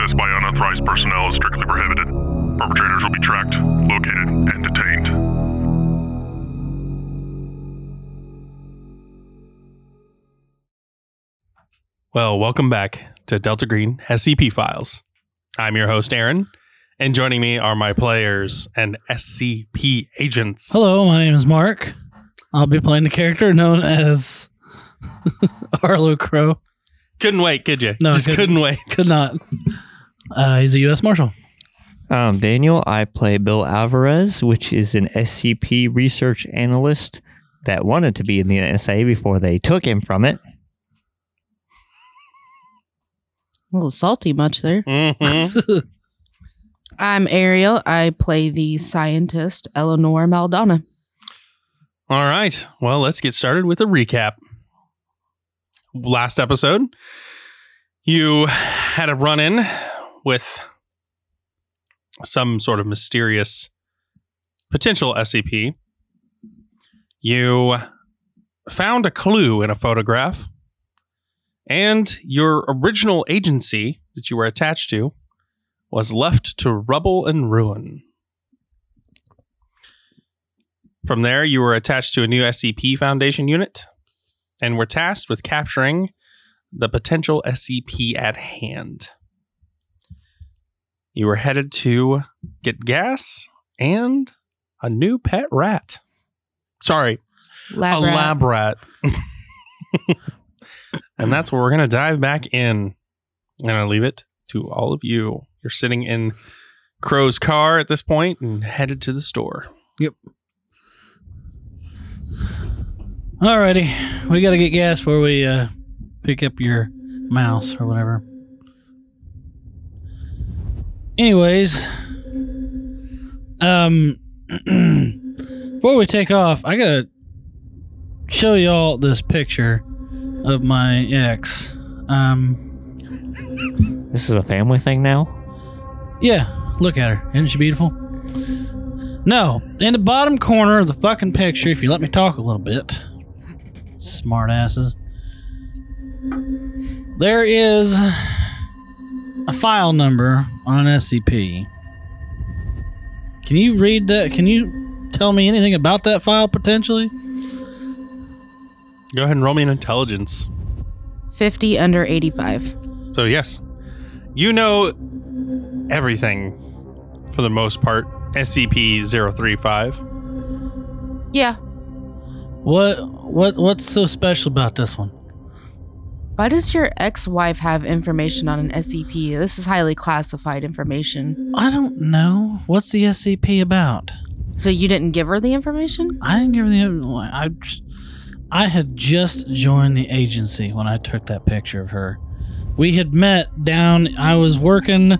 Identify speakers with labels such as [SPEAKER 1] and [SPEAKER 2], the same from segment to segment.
[SPEAKER 1] unauthorized personnel is strictly prohibited. Perpetrators will be tracked, located, and detained.
[SPEAKER 2] Well, welcome back to Delta Green SCP Files. I'm your host, Aaron, and joining me are my players and SCP agents.
[SPEAKER 3] Hello, my name is Mark. I'll be playing the character known as Arlo Crow.
[SPEAKER 2] Couldn't wait, could you?
[SPEAKER 3] No,
[SPEAKER 2] Just
[SPEAKER 3] couldn't.
[SPEAKER 2] couldn't wait.
[SPEAKER 3] Could not. Uh, he's a U.S. Marshal.
[SPEAKER 4] Um, Daniel, I play Bill Alvarez, which is an SCP research analyst that wanted to be in the NSA before they took him from it.
[SPEAKER 5] A little salty much there.
[SPEAKER 2] Mhm.
[SPEAKER 5] I'm Ariel. I play the scientist Eleanor Maldana.
[SPEAKER 2] All right. Well, let's get started with a recap. Last episode, you had a run in with some sort of mysterious potential SCP. You found a clue in a photograph, and your original agency that you were attached to was left to rubble and ruin. From there, you were attached to a new SCP Foundation unit and were tasked with capturing the potential SCP at hand. You were headed to get gas and a new pet rat. Sorry,
[SPEAKER 5] Lab
[SPEAKER 2] a
[SPEAKER 5] rat.
[SPEAKER 2] lab rat. and that's where we're going to dive back in. And I leave it to all of you. You're sitting in Crow's car at this point and headed to the store.
[SPEAKER 3] Alrighty, we gotta get gas before we uh, pick up your mouse or whatever. Anyways, um, before we take off, I gotta show y'all this picture of my ex. Um,
[SPEAKER 4] This is a family thing now.
[SPEAKER 3] yeah, look at her. Isn't she beautiful? No, in the bottom corner of the fucking picture, if you let me talk a little bit, smart asses. There is a file number on an SCP. Can you read that? Can you tell me anything about that file potentially?
[SPEAKER 2] Go ahead and roll me an intelligence.
[SPEAKER 5] 50 under 85.
[SPEAKER 2] So yes, you know everything for the most part. SCP-035.
[SPEAKER 5] Yeah.
[SPEAKER 3] What what what's so special about this one?
[SPEAKER 5] Why does your ex wife have information on an SCP? This is highly classified information.
[SPEAKER 3] I don't know. What's the SCP about?
[SPEAKER 5] So you didn't give her the information?
[SPEAKER 3] I didn't give the. I, just- I had just joined the agency when I took that picture of her. We had met down. I was working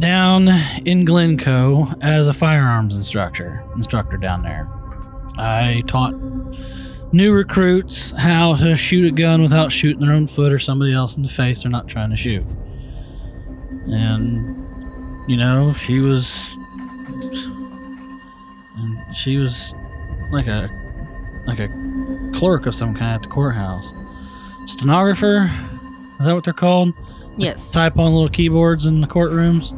[SPEAKER 3] down in Glencoe as a firearms instructor. Instructor down there. I taught new recruits how to shoot a gun without shooting their own foot or somebody else in the face they're not trying to shoot. And you know, she was. And she was like a like a clerk of some kind at the courthouse. Stenographer, is that what they're called?
[SPEAKER 5] Yes.
[SPEAKER 3] Type on little keyboards in the courtrooms.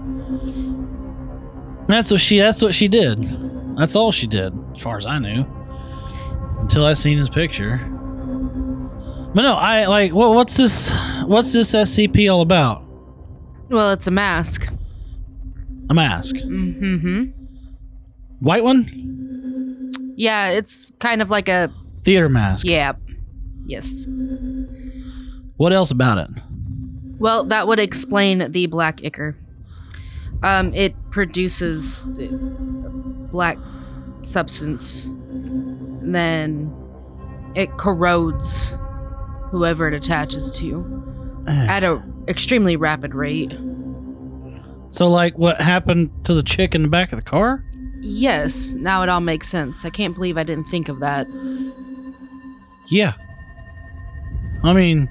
[SPEAKER 3] That's what she. That's what she did. That's all she did, as far as I knew, until I seen his picture. But no, I like. Well, what's this? What's this SCP all about?
[SPEAKER 5] Well, it's a mask.
[SPEAKER 3] A mask,
[SPEAKER 5] Mm hmm.
[SPEAKER 3] white one,
[SPEAKER 5] Yeah, it's kind of like a.
[SPEAKER 3] theater mask.
[SPEAKER 5] Yeah. Yes.
[SPEAKER 3] What else about it?
[SPEAKER 5] Well, that would explain the black ichor. Um, it produces uh, black substance, and then it corrodes whoever it attaches to at a extremely rapid rate.
[SPEAKER 3] So, like, what happened to the chick in the back of the car?
[SPEAKER 5] Yes, now it all makes sense. I can't believe I didn't think of that.
[SPEAKER 3] Yeah. I mean,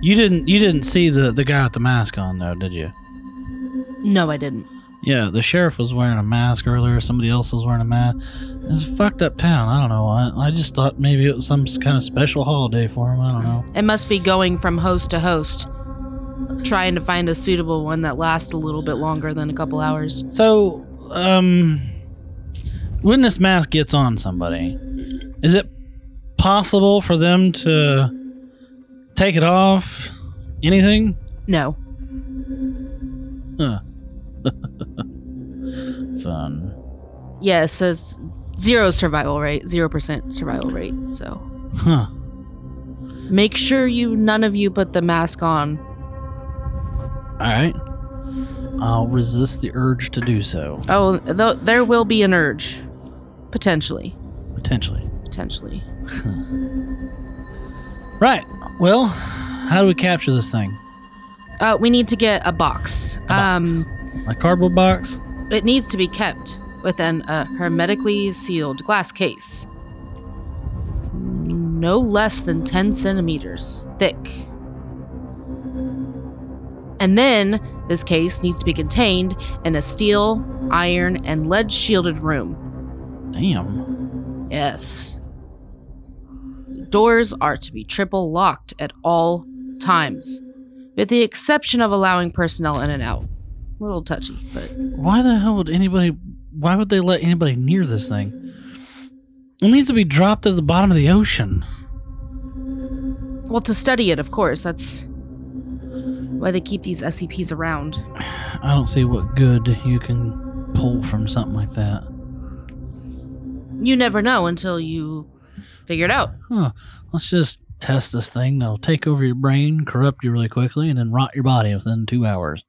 [SPEAKER 3] you didn't you didn't see the the guy with the mask on though, did you?
[SPEAKER 5] No, I didn't.
[SPEAKER 3] Yeah, the sheriff was wearing a mask earlier. Somebody else was wearing a mask. It's a fucked up town. I don't know. I, I just thought maybe it was some kind of special holiday for him. I don't know.
[SPEAKER 5] It must be going from host to host. trying to find a suitable one that lasts a little bit longer than a couple hours.
[SPEAKER 3] So, um, when this mask gets on somebody, is it possible for them to take it off? Anything?
[SPEAKER 5] No.
[SPEAKER 3] Huh. Fun.
[SPEAKER 5] Yeah, it says zero survival rate, 0% survival rate. So
[SPEAKER 3] Huh.
[SPEAKER 5] make sure you, none of you put the mask on.
[SPEAKER 3] All right. I'll resist the urge to do so,
[SPEAKER 5] Oh, th- there will be an urge. Potentially.
[SPEAKER 3] potentially.
[SPEAKER 5] Potentially.
[SPEAKER 3] Right. Well, how do we capture this thing?
[SPEAKER 5] Uh, we need to get a box.
[SPEAKER 3] box.
[SPEAKER 5] Um,
[SPEAKER 3] A cardboard box?
[SPEAKER 5] It needs to be kept within a hermetically sealed glass case. No less than 10 centimeters thick. And then this case needs to be contained in a steel, iron, and lead shielded room.
[SPEAKER 3] Damn.
[SPEAKER 5] Yes. Doors are to be triple locked at all times, with the exception of allowing personnel in and out. A little touchy, but
[SPEAKER 3] Why the hell would anybody? Why would they let anybody near this thing? It needs to be dropped at the bottom of the ocean.
[SPEAKER 5] Well, to study it, of course. That's why they keep these SCPs around.
[SPEAKER 3] I don't see what good you can pull from something like that.
[SPEAKER 5] You never know until you figure it out.
[SPEAKER 3] Huh. Let's just test this thing that'll take over your brain, corrupt you really quickly, and then rot your body within two hours.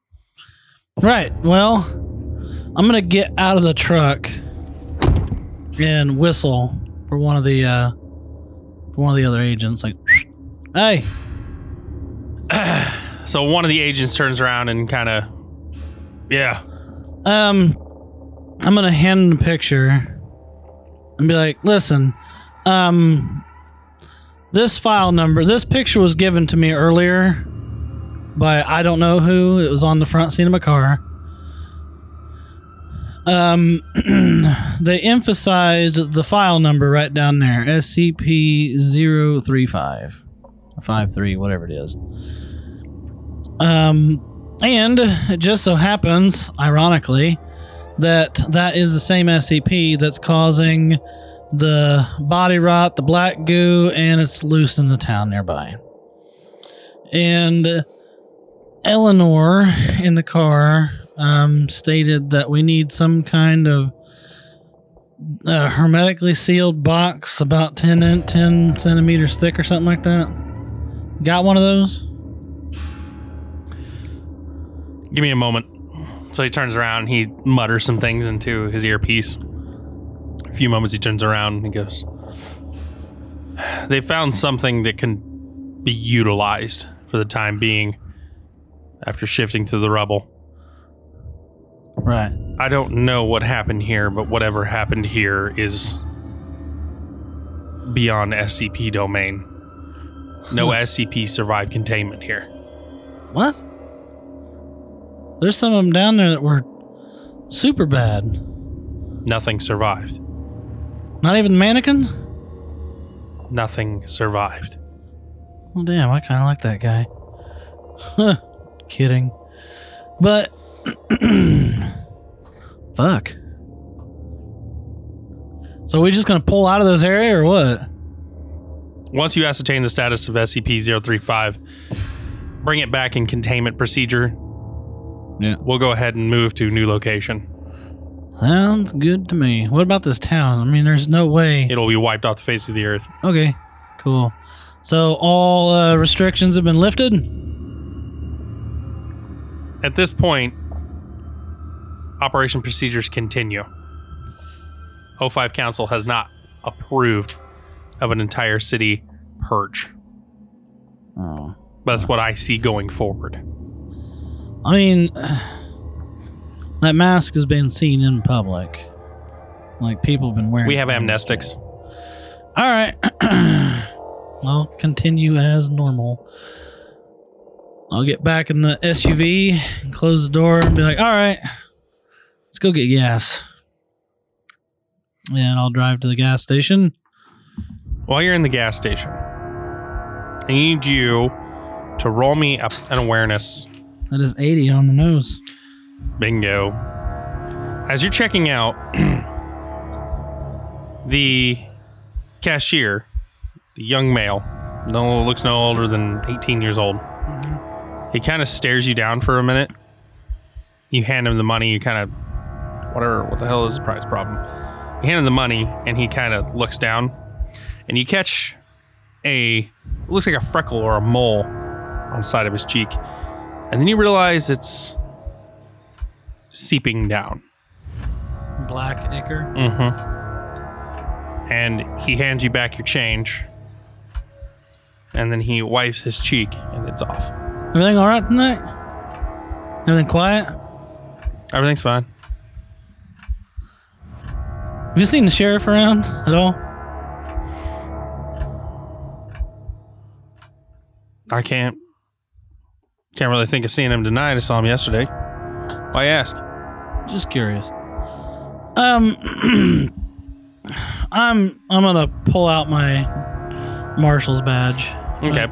[SPEAKER 3] Right. Well, I'm gonna get out of the truck and whistle for one of the uh, for one of the other agents. Like, hey,
[SPEAKER 2] So one of the agents turns around and kind of, yeah,
[SPEAKER 3] Um, I'm gonna hand him the picture and be like, "Listen, um, this file number, this picture was given to me earlier by I don't know who. It was on the front seat of my car. Um, they emphasized the file number right down there, SCP 035 53, whatever it is. Um, and it just so happens, ironically, that that is the same SCP that's causing the body rot, the black goo, and it's loose in the town nearby. And Eleanor in the car um, stated that we need some kind of uh, hermetically sealed box about 10, in- 10 centimeters thick or something like that. Got one of those?
[SPEAKER 2] give me a moment. So he turns around, and he mutters some things into his earpiece. A few moments, he turns around and he goes, They found something that can be utilized for the time being after shifting through the rubble.
[SPEAKER 3] Right.
[SPEAKER 2] I don't know what happened here, but whatever happened here is beyond SCP domain. No SCP survived containment here.
[SPEAKER 3] What? There's some of them down there that were super bad.
[SPEAKER 2] Nothing survived.
[SPEAKER 3] Not even the mannequin?
[SPEAKER 2] Nothing survived.
[SPEAKER 3] Well, damn, I kind of like that guy. Huh. Kidding. But. fuck. So we just gonna pull out of this area or what?
[SPEAKER 2] Once you ascertain the status of SCP 035, bring it back in containment procedure.
[SPEAKER 3] Yeah.
[SPEAKER 2] We'll go ahead and move to new location.
[SPEAKER 3] Sounds good to me. What about this town? I mean, there's no way.
[SPEAKER 2] It'll be wiped off the face of the earth.
[SPEAKER 3] Okay, cool. So all uh, restrictions have been lifted?
[SPEAKER 2] At this point, operation procedures continue. O5 Council has not approved of an entire city purge.
[SPEAKER 3] Oh.
[SPEAKER 2] That's what I see going forward.
[SPEAKER 3] I mean, that mask has been seen in public. Like people have been wearing.
[SPEAKER 2] We have
[SPEAKER 3] it.
[SPEAKER 2] amnestics.
[SPEAKER 3] All right. I'll continue as normal. I'll get back in the SUV and close the door and be like, "All right, let's go get gas." And I'll drive to the gas station.
[SPEAKER 2] While you're in the gas station, I need you to roll me up an awareness
[SPEAKER 3] That is 80 on the nose.
[SPEAKER 2] Bingo. As you're checking out, the cashier, the young male, no looks no older than 18 years old. He kind of stares you down for a minute. You hand him the money. You kind of whatever. What the hell is the price problem? You hand him the money, and he kind of looks down, and you catch a it looks like a freckle or a mole on the side of his cheek, and then you realize it's seeping down.
[SPEAKER 3] Black ichor.
[SPEAKER 2] Mm-hmm. And he hands you back your change. And then he wipes his cheek and it's off.
[SPEAKER 3] Everything all right tonight? Everything quiet?
[SPEAKER 2] Everything's fine.
[SPEAKER 3] Have you seen the sheriff around at all?
[SPEAKER 2] I can't can't really think of seeing him tonight. I saw him yesterday. Why ask?
[SPEAKER 3] Just curious. Um, I'm I'm gonna pull out my marshal's badge.
[SPEAKER 2] Okay.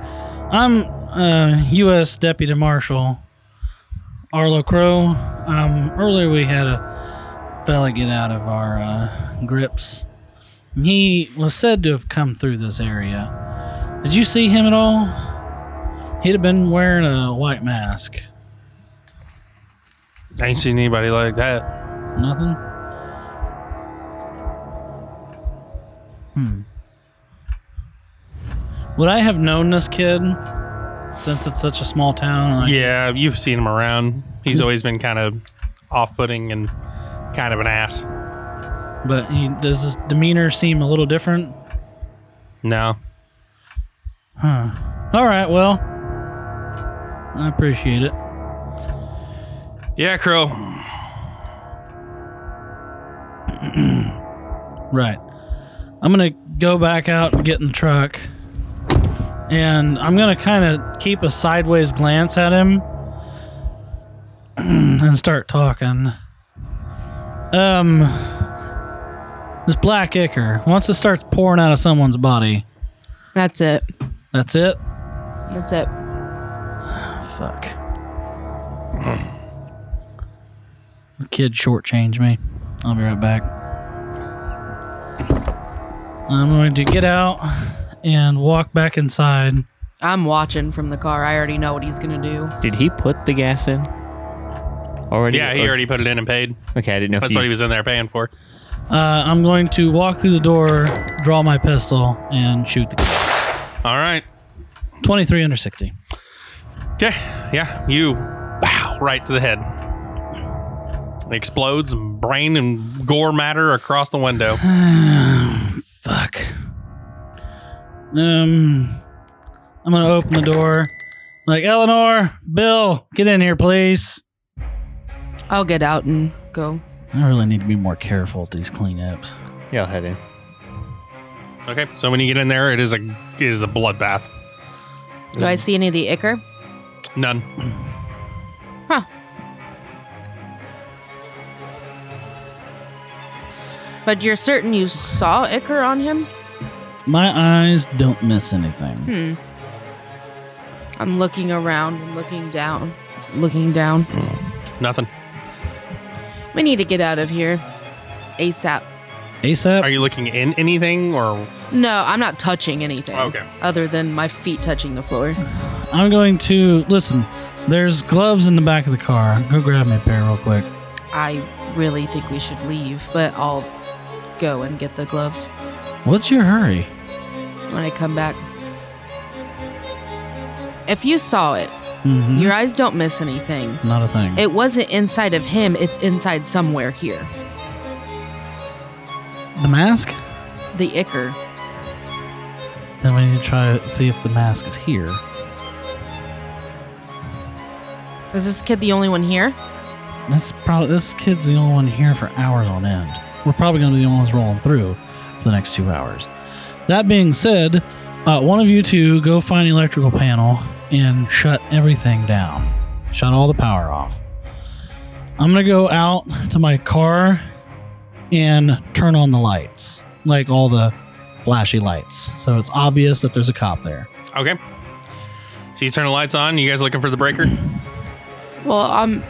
[SPEAKER 3] I'm uh, U.S. Deputy Marshal Arlo Crow. Um, earlier we had a fella get out of our uh, grips. He was said to have come through this area. Did you see him at all? He'd have been wearing a white mask.
[SPEAKER 2] I ain't seen anybody like that.
[SPEAKER 3] Nothing. Hmm. Would I have known this kid since it's such a small town? Like,
[SPEAKER 2] Yeah, you've seen him around. He's always been kind of off putting and kind of an ass.
[SPEAKER 3] But he, does his demeanor seem a little different?
[SPEAKER 2] No.
[SPEAKER 3] Huh. All right. Well, I appreciate it.
[SPEAKER 2] Yeah, Crow.
[SPEAKER 3] Right. I'm gonna go back out and get in the truck, and I'm gonna kind of keep a sideways glance at him and start talking. Um, this black ichor once it starts pouring out of someone's body,
[SPEAKER 5] That's it.
[SPEAKER 3] that's it.
[SPEAKER 5] That's it.
[SPEAKER 3] Fuck. the kid shortchanged me. I'll be right back. I'm going to get out and walk back inside.
[SPEAKER 5] I'm watching from the car. I already know what he's gonna do.
[SPEAKER 4] Did he put the gas in? Already?
[SPEAKER 2] Yeah, he already put it in and paid.
[SPEAKER 4] Okay, I didn't know. if
[SPEAKER 2] That's
[SPEAKER 4] you-
[SPEAKER 2] what he was in there paying for.
[SPEAKER 3] Uh, I'm going to walk through the door, draw my pistol, and shoot the kid.
[SPEAKER 2] All right.
[SPEAKER 3] 23 under 60.
[SPEAKER 2] Okay, yeah, you bow right to the head. It explodes and brain and gore matter across the window.
[SPEAKER 3] Fuck. Um, I'm gonna open the door. Like Eleanor, Bill, get in here, please.
[SPEAKER 5] I'll get out and go.
[SPEAKER 3] I really need to be more careful with these cleanups.
[SPEAKER 4] Yeah, I'll head in.
[SPEAKER 2] Okay, so when you get in there, it is a it is a bloodbath.
[SPEAKER 5] Do I see any of the ichor?
[SPEAKER 2] None.
[SPEAKER 5] But you're certain you saw ichor on him?
[SPEAKER 3] My eyes don't miss anything.
[SPEAKER 5] Hmm. I'm looking around and looking down. Looking down.
[SPEAKER 2] Nothing.
[SPEAKER 5] We need to get out of here. ASAP.
[SPEAKER 2] Are
[SPEAKER 3] ASAP.
[SPEAKER 2] you looking in anything or
[SPEAKER 5] No, I'm not touching anything.
[SPEAKER 2] Okay.
[SPEAKER 5] Other than my feet touching the floor.
[SPEAKER 3] I'm going to listen. There's gloves in the back of the car. Go grab me a pair real quick.
[SPEAKER 5] I really think we should leave, but I'll go and get the gloves
[SPEAKER 3] What's your hurry?
[SPEAKER 5] when I come back. If you saw it,
[SPEAKER 3] Mm-hmm.
[SPEAKER 5] your eyes don't miss anything.
[SPEAKER 3] Not a thing.
[SPEAKER 5] It wasn't inside of him, it's inside somewhere here.
[SPEAKER 3] the mask?
[SPEAKER 5] The ichor.
[SPEAKER 3] Then we need to try to see if the mask is here.
[SPEAKER 5] Was this kid the only one here?
[SPEAKER 3] This probably this kid's the only one here for hours on end. We're probably going to be the only ones rolling through for the next two hours. That being said, uh, one of you two go find the electrical panel and shut everything down. Shut all the power off. I'm gonna go out to my car and turn on the lights, like all the flashy lights, so it's obvious that there's a cop there.
[SPEAKER 2] Okay. So you turn the lights on, you guys looking for the breaker?
[SPEAKER 5] Well, I'm.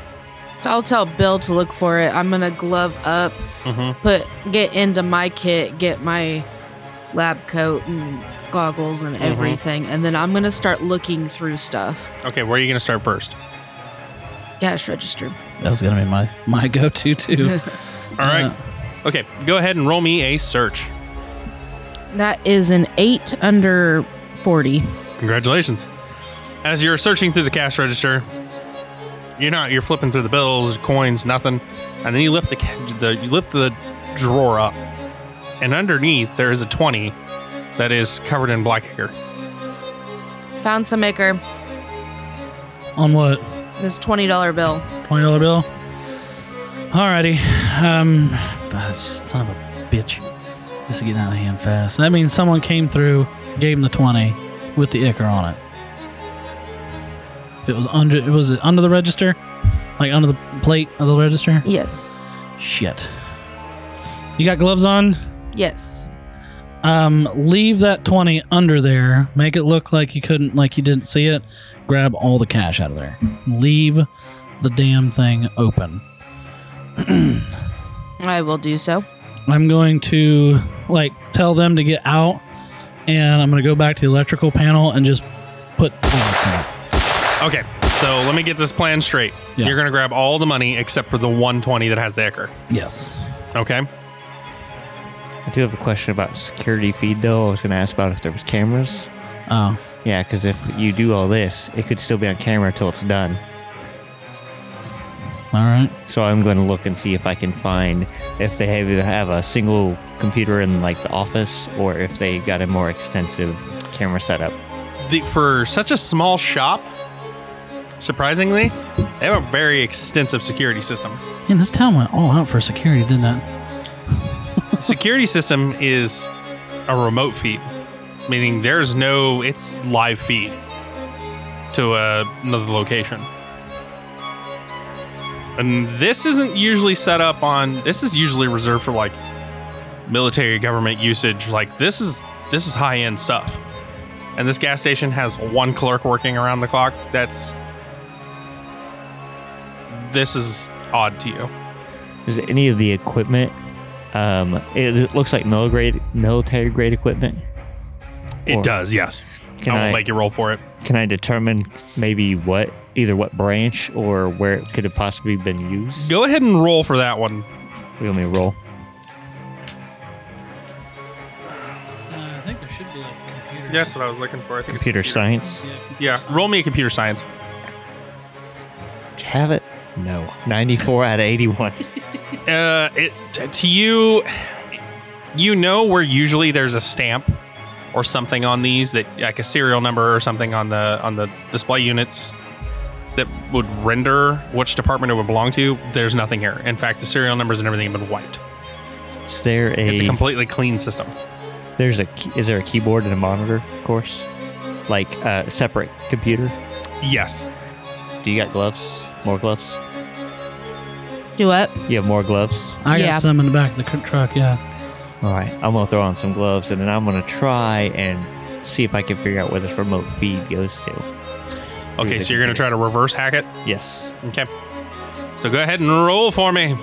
[SPEAKER 5] I'll tell Bill to look for it. I'm gonna glove up,
[SPEAKER 2] Mm-hmm.
[SPEAKER 5] put get into my kit, get my lab coat and goggles and everything, and then I'm gonna start looking through stuff.
[SPEAKER 2] Okay, where are you going to start first?
[SPEAKER 5] Cash register.
[SPEAKER 3] That was gonna be my my go-to too.
[SPEAKER 2] All right. Okay, go ahead and roll me a search.
[SPEAKER 5] That is an eight under forty.
[SPEAKER 2] Congratulations. As you're searching through the cash register, you're not. You're flipping through the bills, coins, nothing, and then you lift the ca- the you lift the drawer up, and underneath there is a twenty that is covered in black ichor.
[SPEAKER 5] Found some maker.
[SPEAKER 3] On what?
[SPEAKER 5] This twenty dollar bill.
[SPEAKER 3] Twenty dollar bill. Alrighty. Um, ah, son of a bitch. This is getting out of hand fast. That means someone came through, gave him the twenty with the ichor on it. If it was under, was it under the register? Like under the plate of the register?
[SPEAKER 5] Yes.
[SPEAKER 3] Shit. You got gloves on?
[SPEAKER 5] Yes.
[SPEAKER 3] Um, leave that twenty under there. Make it look like you couldn't, like you didn't see it. Grab all the cash out of there. Leave the damn thing open.
[SPEAKER 5] I will do so.
[SPEAKER 3] I'm going to like tell them to get out, and I'm going to go back to the electrical panel and just put pallets in. it.
[SPEAKER 2] Okay, so let me get this plan straight.
[SPEAKER 3] Yeah.
[SPEAKER 2] You're gonna grab all the money except for the one twenty that has the ichor.
[SPEAKER 3] Yes.
[SPEAKER 2] Okay.
[SPEAKER 4] I do have a question about security feed though. I was going to ask about if there was cameras.
[SPEAKER 3] Oh,
[SPEAKER 4] Yeah, because if you do all this, it could still be on camera until it's done.
[SPEAKER 3] all right.
[SPEAKER 4] So I'm going to look and see if I can find if they have either have a single computer in like the office or if they got a more extensive camera setup.
[SPEAKER 2] the, for such a small shop, surprisingly, they have a very extensive security system.
[SPEAKER 3] And this town went all out for security, didn't it?
[SPEAKER 2] The security system is a remote feed, meaning there's no it's live feed to uh, another location. And this isn't usually set up on. This is usually reserved for like military government usage. Like this is this is high end stuff. And this gas station has one clerk working around the clock. That's this is odd to you.
[SPEAKER 4] Is any of the equipment? Um, it, it looks like military military grade equipment.
[SPEAKER 2] It
[SPEAKER 4] Or-
[SPEAKER 2] does, yes.
[SPEAKER 4] Can
[SPEAKER 2] I will
[SPEAKER 4] I-
[SPEAKER 2] make you roll for it.
[SPEAKER 4] Can I determine maybe what either what branch or where it could have possibly been used?
[SPEAKER 2] Go ahead and roll for that one.
[SPEAKER 4] We only roll.
[SPEAKER 3] I think there should be like a computer.
[SPEAKER 2] That's what I was looking for. I think
[SPEAKER 4] Computer science.
[SPEAKER 2] Yeah, roll me a computer science.
[SPEAKER 4] Did you have it? No. 94 out of 81.
[SPEAKER 2] Uh, it, t- to you, you know where usually there's a stamp or something on these that like a serial number or something on the on the display units that would render which department it would belong to. There's nothing here. In fact, the serial numbers and everything have been wiped.
[SPEAKER 4] Is there a,
[SPEAKER 2] It's a completely clean system.
[SPEAKER 4] there's a key- is there a keyboard and a monitor, of course? Like a separate computer?
[SPEAKER 2] Yes.
[SPEAKER 4] Do you got gloves? More gloves?
[SPEAKER 5] Do what?
[SPEAKER 4] You have more gloves?
[SPEAKER 3] I got
[SPEAKER 5] Yeah.
[SPEAKER 3] some in the back of the cr- truck. Yeah.
[SPEAKER 4] All right. I'm going to throw on some gloves and then I'm going to try and see if I can figure out where this remote feed goes to.
[SPEAKER 2] Okay,
[SPEAKER 4] Here's a
[SPEAKER 2] so you're gonna try to reverse hack it.
[SPEAKER 4] Yes.
[SPEAKER 2] Okay. So go ahead and roll for me.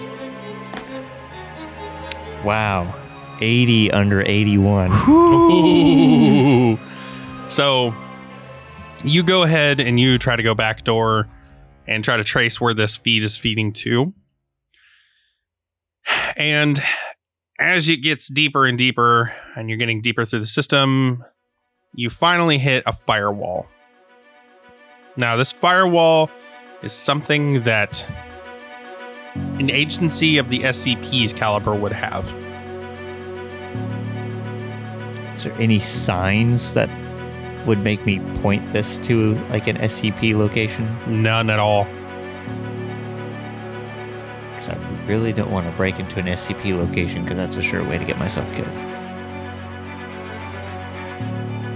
[SPEAKER 4] Wow. 80 under 81.
[SPEAKER 2] Ooh. So you go ahead and you try to go back door and try to trace where this feed is feeding to. And as it gets deeper and deeper, and you're getting deeper through the system, you finally hit a firewall. Now, this firewall is something that an agency of the SCP's caliber would have.
[SPEAKER 4] Is there any signs that would make me point this to like an SCP location?
[SPEAKER 2] None at all.
[SPEAKER 4] Because I really don't want to break into an SCP location because that's a sure way to get myself killed.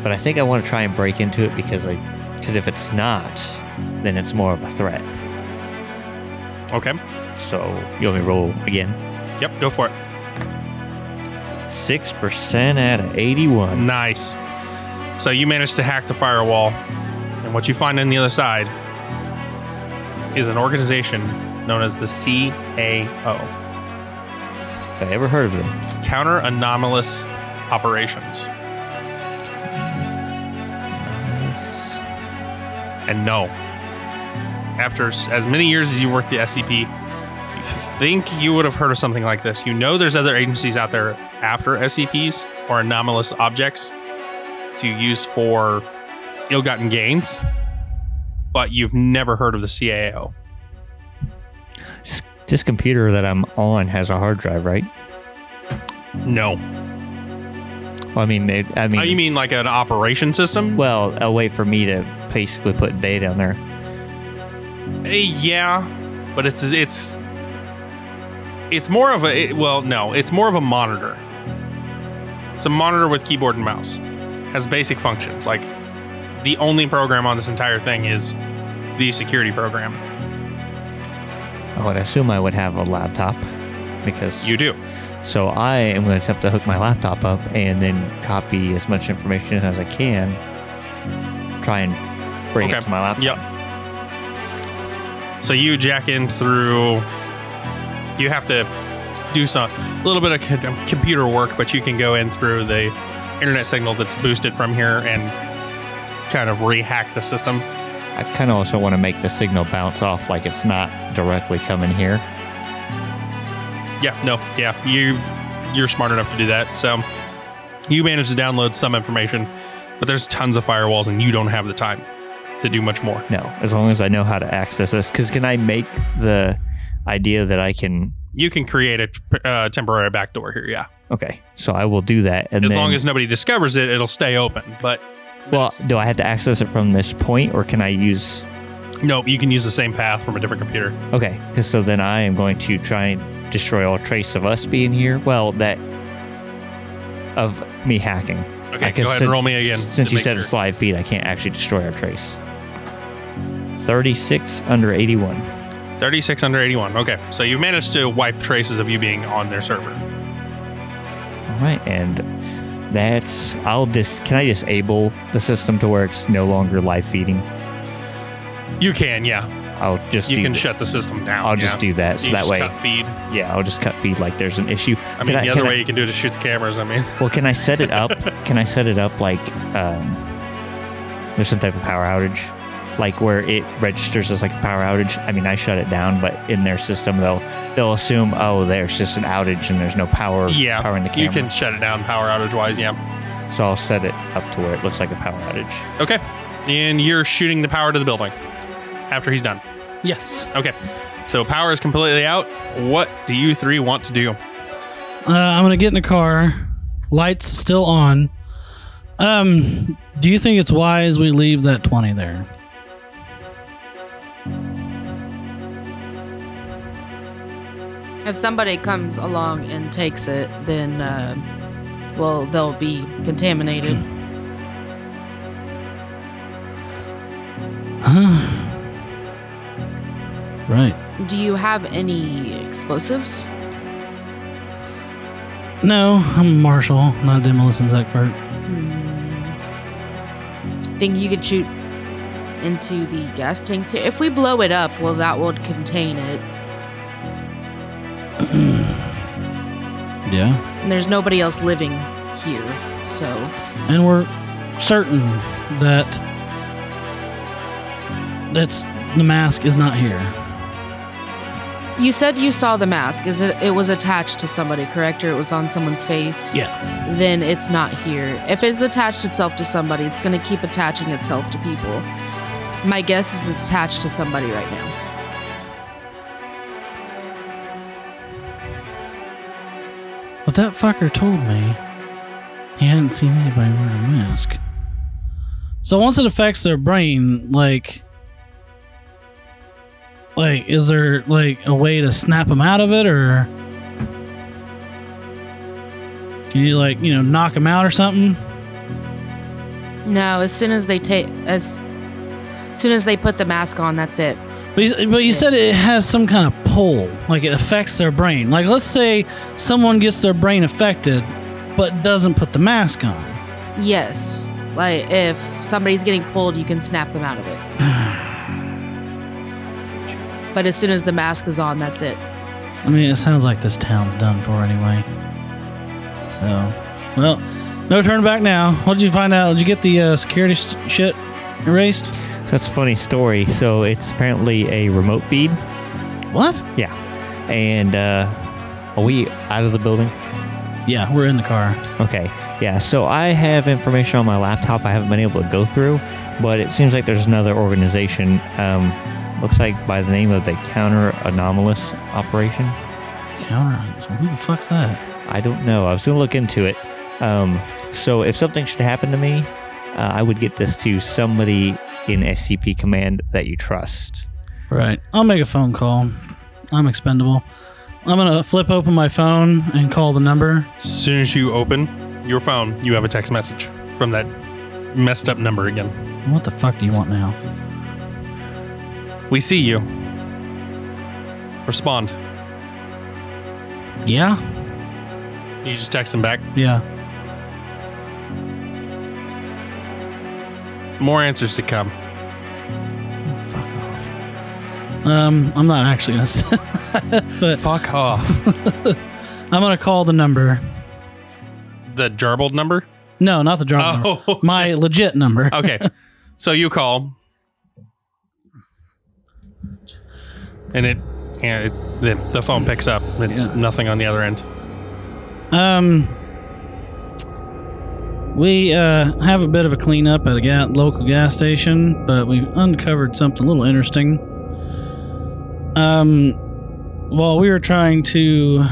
[SPEAKER 4] But I think I want to try and break into it because I, because if it's not, then it's more of a threat.
[SPEAKER 2] Okay.
[SPEAKER 4] So you want me to roll again?
[SPEAKER 2] Yep, go for it.
[SPEAKER 4] Six percent out of eighty-one.
[SPEAKER 2] Nice. So you managed to hack the firewall, and what you find on the other side is an organization known as the CAO,
[SPEAKER 4] Have I ever heard of them?
[SPEAKER 2] Counter Anomalous Operations. And no, after s- as many years as you worked the SCP, you think you would have heard of something like this. You know there's other agencies out there after SCPs or anomalous objects to use for ill-gotten gains, but you've never heard of the CAO.
[SPEAKER 4] Just, this computer that I'm on has a hard drive, right?
[SPEAKER 2] No.
[SPEAKER 4] Well, I mean, it, I mean,
[SPEAKER 2] Oh, you mean like an operation system?
[SPEAKER 4] well, a way for me to basically put data on there.
[SPEAKER 2] Uh, yeah, but it's it's it's more of a it- well, no, it's more of a monitor. It's a monitor with keyboard and mouse. Has basic functions like the only program on this entire thing is the security program.
[SPEAKER 4] I would assume I would have a laptop because
[SPEAKER 2] You do.
[SPEAKER 4] So I am going to attempt to hook my laptop up and then copy as much information as I can. Try and bring
[SPEAKER 2] Okay.
[SPEAKER 4] it to my laptop.
[SPEAKER 2] Yep. So you jack in through. You have to do some a little bit of co- computer work, but you can go in through the internet signal that's boosted from here and kind of rehack the system.
[SPEAKER 4] I kind of also want to make the signal bounce off like it's not directly coming here.
[SPEAKER 2] Yeah, no, yeah, you you're smart enough to do that. So you manage to download some information, but there's tons of firewalls, and you don't have the time to do much more.
[SPEAKER 4] No, as long as I know how to access this. Because can I make the idea that I can?
[SPEAKER 2] You can create a uh, temporary backdoor here, yeah.
[SPEAKER 4] Okay, so I will do that. And
[SPEAKER 2] As
[SPEAKER 4] then-
[SPEAKER 2] long as nobody discovers it, it'll stay open. But
[SPEAKER 4] well,
[SPEAKER 2] that's-
[SPEAKER 4] do I have to access it from this point, or can I use?
[SPEAKER 2] Nope, you can use the same path from a different computer.
[SPEAKER 4] Okay, 'cause so then I am going to try and destroy all trace of us being here. Well, that of me hacking.
[SPEAKER 2] Okay,
[SPEAKER 4] I can-
[SPEAKER 2] go ahead and roll me again.
[SPEAKER 4] Since
[SPEAKER 2] to
[SPEAKER 4] you
[SPEAKER 2] make
[SPEAKER 4] said
[SPEAKER 2] sure.
[SPEAKER 4] it's live feed, I can't actually destroy our trace. 36 under 81.
[SPEAKER 2] 36 under 81. Okay, so you managed to wipe traces of you being on their server.
[SPEAKER 4] All right, and that's I'll dis can I disable the system to where it's no longer live feeding?
[SPEAKER 2] You can, yeah.
[SPEAKER 4] I'll just
[SPEAKER 2] You
[SPEAKER 4] do
[SPEAKER 2] can
[SPEAKER 4] th-
[SPEAKER 2] shut the system down.
[SPEAKER 4] I'll just
[SPEAKER 2] yeah.
[SPEAKER 4] do that so
[SPEAKER 2] You
[SPEAKER 4] that
[SPEAKER 2] just
[SPEAKER 4] way
[SPEAKER 2] cut feed.
[SPEAKER 4] yeah, I'll just cut feed like there's an issue.
[SPEAKER 2] I mean, the other way you can do it is shoot the cameras. I mean,
[SPEAKER 4] Well, can I set it up? can I set it up like um, there's some type of power outage, like where it registers as like a power outage? I mean, I shut it down, but in their system, they'll they'll assume oh, there's just an outage and there's no power
[SPEAKER 2] Yeah,
[SPEAKER 4] powering the camera.
[SPEAKER 2] you can shut it down power outage wise, yeah.
[SPEAKER 4] So I'll set it up to where it looks like a power outage.
[SPEAKER 2] Okay, and you're shooting the power to the building after he's done.
[SPEAKER 3] Yes.
[SPEAKER 2] Okay, so power is completely out. What do you three want to do?
[SPEAKER 3] Uh, I'm gonna get in the car. Lights still on. Um, do you think it's wise we leave that twenty there?
[SPEAKER 5] If somebody comes along and takes it, then uh, well, they'll be contaminated.
[SPEAKER 3] right.
[SPEAKER 5] Do you have any explosives?
[SPEAKER 3] No, I'm a marshal, not a demolitions expert.
[SPEAKER 5] Hmm. Think you could shoot into the gas tanks here? If we blow it up, well, that would contain it.
[SPEAKER 3] Yeah.
[SPEAKER 5] And there's nobody else living here, so
[SPEAKER 3] And we're certain that that's the mask is not here.
[SPEAKER 5] You said you saw the mask. Is it? It was attached to somebody, correct? Or it was on someone's face.
[SPEAKER 3] Yeah.
[SPEAKER 5] Then it's not here. If it's attached itself to somebody, it's gonna keep attaching itself to people. My guess is it's attached to somebody right now.
[SPEAKER 3] But that fucker told me he hadn't seen anybody wearing a mask. So once it affects their brain, like, like is there like a way to snap them out of it, or can you like you know knock them out or something?
[SPEAKER 5] No, as soon as they take as soon as they put the mask on, that's it.
[SPEAKER 3] But you, but you said it has some kind of pull, like it affects their brain. Like let's say someone gets their brain affected, but doesn't put the mask on.
[SPEAKER 5] Yes. Like if somebody's getting pulled, you can snap them out of it. But as soon as the mask is on, that's it.
[SPEAKER 3] I mean, it sounds like this town's done for anyway. So, well, no turn back now. What did you find out? Did you get the uh, security s shit erased?
[SPEAKER 4] That's a funny story. So it's apparently a remote feed,
[SPEAKER 3] What?
[SPEAKER 4] and uh, are we out of the building?
[SPEAKER 3] Yeah, we're in the car.
[SPEAKER 4] Okay. Yeah. So I have information on my laptop I haven't been able to go through, but it seems like there's another organization. Um, looks like by the name of the Counter Anomalous Operation.
[SPEAKER 3] Counter. Who the fuck's that?
[SPEAKER 4] I don't know. I was going to look into it. Um, so if something should happen to me, uh, I would get this to somebody in SCP command that you trust.
[SPEAKER 3] Right. I'll make a phone call. I'm expendable. I'm gonna flip open my phone and call the number.
[SPEAKER 2] As soon as you open your phone, you have a text message from that messed up number again.
[SPEAKER 3] What the fuck do you want now?
[SPEAKER 2] We see you. Respond.
[SPEAKER 3] Yeah.
[SPEAKER 2] You just text him back.
[SPEAKER 3] Yeah.
[SPEAKER 2] More answers to come.
[SPEAKER 3] Oh, fuck off. Um, I'm not actually gonna, say that, but
[SPEAKER 2] Fuck off.
[SPEAKER 3] I'm gonna call the number.
[SPEAKER 2] the jarbled number?
[SPEAKER 3] No, not the drama. number.
[SPEAKER 2] Oh,
[SPEAKER 3] My legit number.
[SPEAKER 2] okay. So you call. And it, yeah, it the, the phone picks up. It's
[SPEAKER 3] Yeah.
[SPEAKER 2] nothing on the other end.
[SPEAKER 3] Um, we uh, have a bit of a cleanup at a ga- local gas station, but we've uncovered something a little interesting. Um, while we were trying to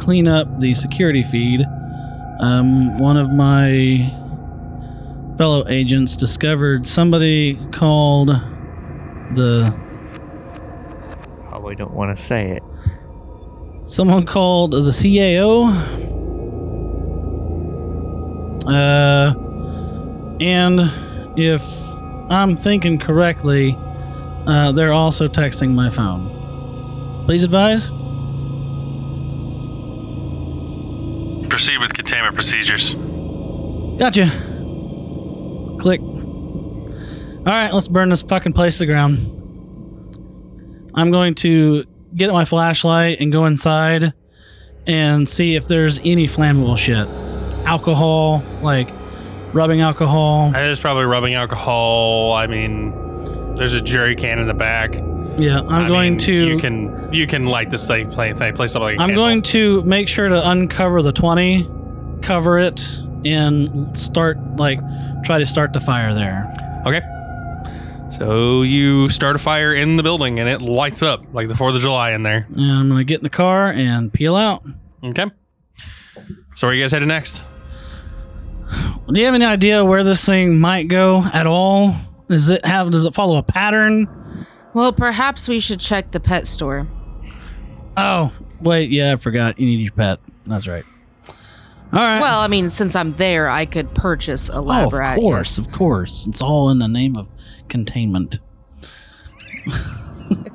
[SPEAKER 3] clean up the security feed, um, one of my fellow agents discovered somebody called the
[SPEAKER 4] Probably don't want to say it.
[SPEAKER 3] Someone called the CAO. Uh, and if I'm thinking correctly, uh, they're also texting my phone. Please advise.
[SPEAKER 2] Proceed with containment procedures.
[SPEAKER 3] Gotcha. Click. All right, let's burn this fucking place to the ground. I'm going to get my flashlight and go inside and see if there's any flammable shit. Alcohol, like rubbing alcohol.
[SPEAKER 2] There's probably rubbing alcohol. I mean, there's a jerry can in the back.
[SPEAKER 3] Yeah, I'm
[SPEAKER 2] I
[SPEAKER 3] going
[SPEAKER 2] mean,
[SPEAKER 3] to
[SPEAKER 2] You can you can light this thing, play thing, place up like. a
[SPEAKER 3] I'm
[SPEAKER 2] candle.
[SPEAKER 3] going to make sure to uncover the 20, cover it and start like try to start the fire there.
[SPEAKER 2] Okay. So you start a fire in the building and it lights up like the Fourth of July in there.
[SPEAKER 3] And I'm going to get in the car and peel out.
[SPEAKER 2] Okay. So where are you guys headed next?
[SPEAKER 3] Do you have any idea where this thing might go at all? Does it have? Does it follow a pattern?
[SPEAKER 5] Well, perhaps we should check the pet store.
[SPEAKER 3] Oh, wait, yeah, I forgot. You need your pet. That's right. All right.
[SPEAKER 5] Well, I mean, since I'm there, I could purchase a lab
[SPEAKER 3] oh, of
[SPEAKER 5] rat.
[SPEAKER 3] course, of course. It's all in the name of containment.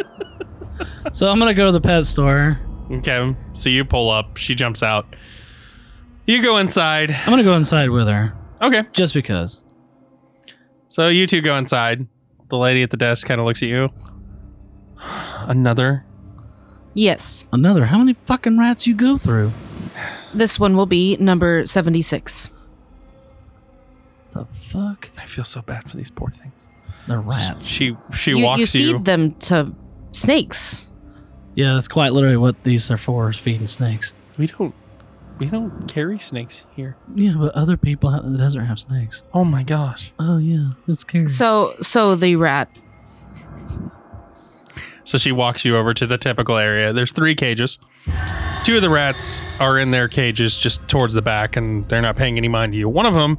[SPEAKER 3] so I'm gonna go to the pet store.
[SPEAKER 2] Okay. So you pull up. She jumps out. You go inside.
[SPEAKER 3] I'm gonna go inside with her
[SPEAKER 2] Okay.
[SPEAKER 3] just because.
[SPEAKER 2] So you two go inside. The lady at the desk kind of looks at you. Another.
[SPEAKER 5] Yes.
[SPEAKER 3] Another. How many fucking rats you go through?
[SPEAKER 5] This one will be number 76.
[SPEAKER 3] The fuck?
[SPEAKER 2] I feel so bad for these poor things.
[SPEAKER 3] The rats.
[SPEAKER 2] She she
[SPEAKER 5] you,
[SPEAKER 2] walks
[SPEAKER 5] you feed
[SPEAKER 2] you.
[SPEAKER 5] them to snakes.
[SPEAKER 3] Yeah, that's quite literally what these are for: is feeding snakes.
[SPEAKER 2] we don't we don't carry snakes here.
[SPEAKER 3] Yeah, but other people out in the desert have snakes.
[SPEAKER 2] Oh my gosh.
[SPEAKER 3] Oh yeah, that's scary.
[SPEAKER 5] So, so the rat.
[SPEAKER 2] So she walks you over to the typical area. There's three cages. Two of the rats are in their cages just towards the back and they're not paying any mind to you. One of them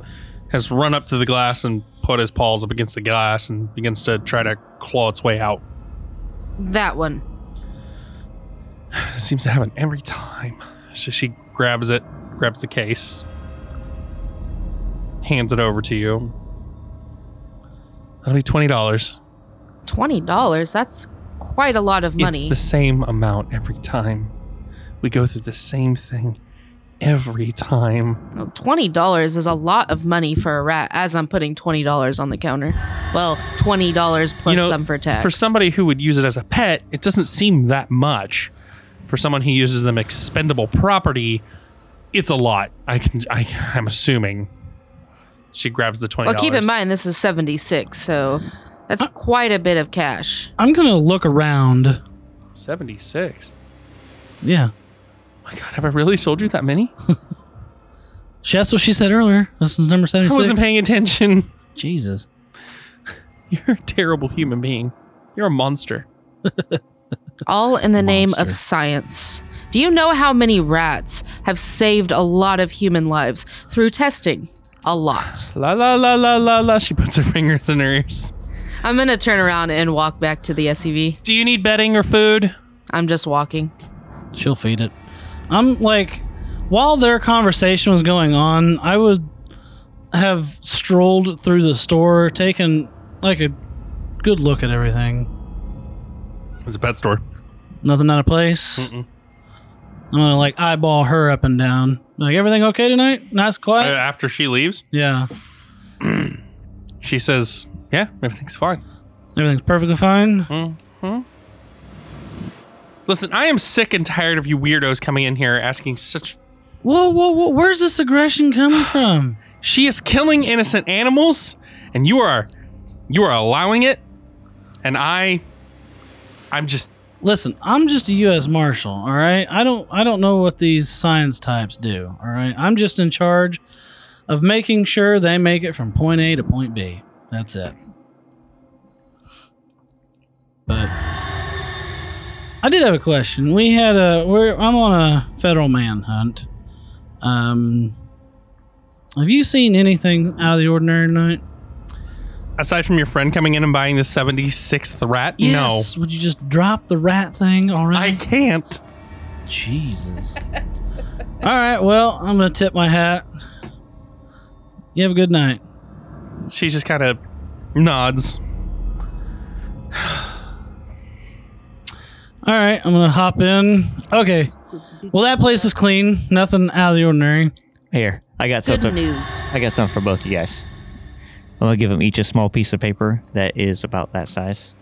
[SPEAKER 2] has run up to the glass and put his paws up against the glass and begins to try to claw its way out.
[SPEAKER 5] That one.
[SPEAKER 2] seems to happen every time. So she grabs it, grabs the case, hands it over to you. That'll be $20.
[SPEAKER 5] $20. That's quite a lot of money.
[SPEAKER 2] It's the same amount every time. We go through the same thing every time.
[SPEAKER 5] Well, Oh, twenty dollars is a lot of money for a rat. As I'm putting twenty dollars on the counter. Well, twenty dollars plus
[SPEAKER 2] You know,
[SPEAKER 5] some for tax.
[SPEAKER 2] For somebody who would use it as a pet, it doesn't seem that much. For someone who uses them expendable property, it's a lot. I can I I'm assuming. She grabs the twenty.
[SPEAKER 5] well, keep in mind this is seventy six, so that's quite a bit of cash.
[SPEAKER 3] I'm gonna look around.
[SPEAKER 2] seventy six.
[SPEAKER 3] Yeah,
[SPEAKER 2] Oh My God, have I really sold you that many?
[SPEAKER 3] she, that's what she said earlier. This is number
[SPEAKER 2] I
[SPEAKER 3] seventy-six.
[SPEAKER 2] wasn't paying attention.
[SPEAKER 3] Jesus.
[SPEAKER 2] You're a terrible human being. You're a monster.
[SPEAKER 5] All in the name of
[SPEAKER 4] Monster.
[SPEAKER 5] science. Do you know how many rats have saved a lot of human lives through testing? A lot.
[SPEAKER 2] La la la la la la. She puts her fingers in her ears.
[SPEAKER 5] I'm gonna turn around and walk back to the SUV.
[SPEAKER 2] Do you need bedding or food?
[SPEAKER 5] I'm just walking.
[SPEAKER 3] She'll feed it. I'm like, while their conversation was going on, I would have strolled through the store, taken like a good look at everything.
[SPEAKER 2] It's a pet store.
[SPEAKER 3] Nothing out of place.
[SPEAKER 2] Mm-mm.
[SPEAKER 3] I'm gonna like eyeball her up and down. Like everything okay tonight? Nice,
[SPEAKER 2] Uh,
[SPEAKER 3] quiet.
[SPEAKER 2] after she leaves,
[SPEAKER 3] yeah,
[SPEAKER 2] she says, "Yeah, everything's fine."
[SPEAKER 3] everything's perfectly fine.
[SPEAKER 2] hmm Listen, I am sick and tired of you weirdos coming in here asking such.
[SPEAKER 3] Whoa, whoa, whoa! Where's this aggression coming from?
[SPEAKER 2] She is killing innocent animals, and you are, you are allowing it, and I, I'm just.
[SPEAKER 3] Listen, I'm just a U.S. Marshal, all right. I don't, I don't know what these science types do, all right. I'm just in charge of making sure they make it from point A to point B. That's it. But I did have a question. We had a, we're, I'm on a federal manhunt. Um, have you seen anything out of the ordinary tonight?
[SPEAKER 2] Aside from your friend coming in and buying the seventy sixth rat,
[SPEAKER 3] Yes. Would you just drop the rat thing
[SPEAKER 2] no,
[SPEAKER 3] already?
[SPEAKER 2] I can't.
[SPEAKER 3] Jesus. All right, well, I'm going to tip my hat. You have a good night.
[SPEAKER 2] She just kind of nods.
[SPEAKER 3] All right, I'm going to hop in. Okay. Well, that place is clean. Nothing out of the ordinary.
[SPEAKER 4] Here, I got
[SPEAKER 5] Good
[SPEAKER 4] something.
[SPEAKER 5] news.
[SPEAKER 4] I got something for both of you guys. I'm gonna give them each a small piece of paper that is about that size.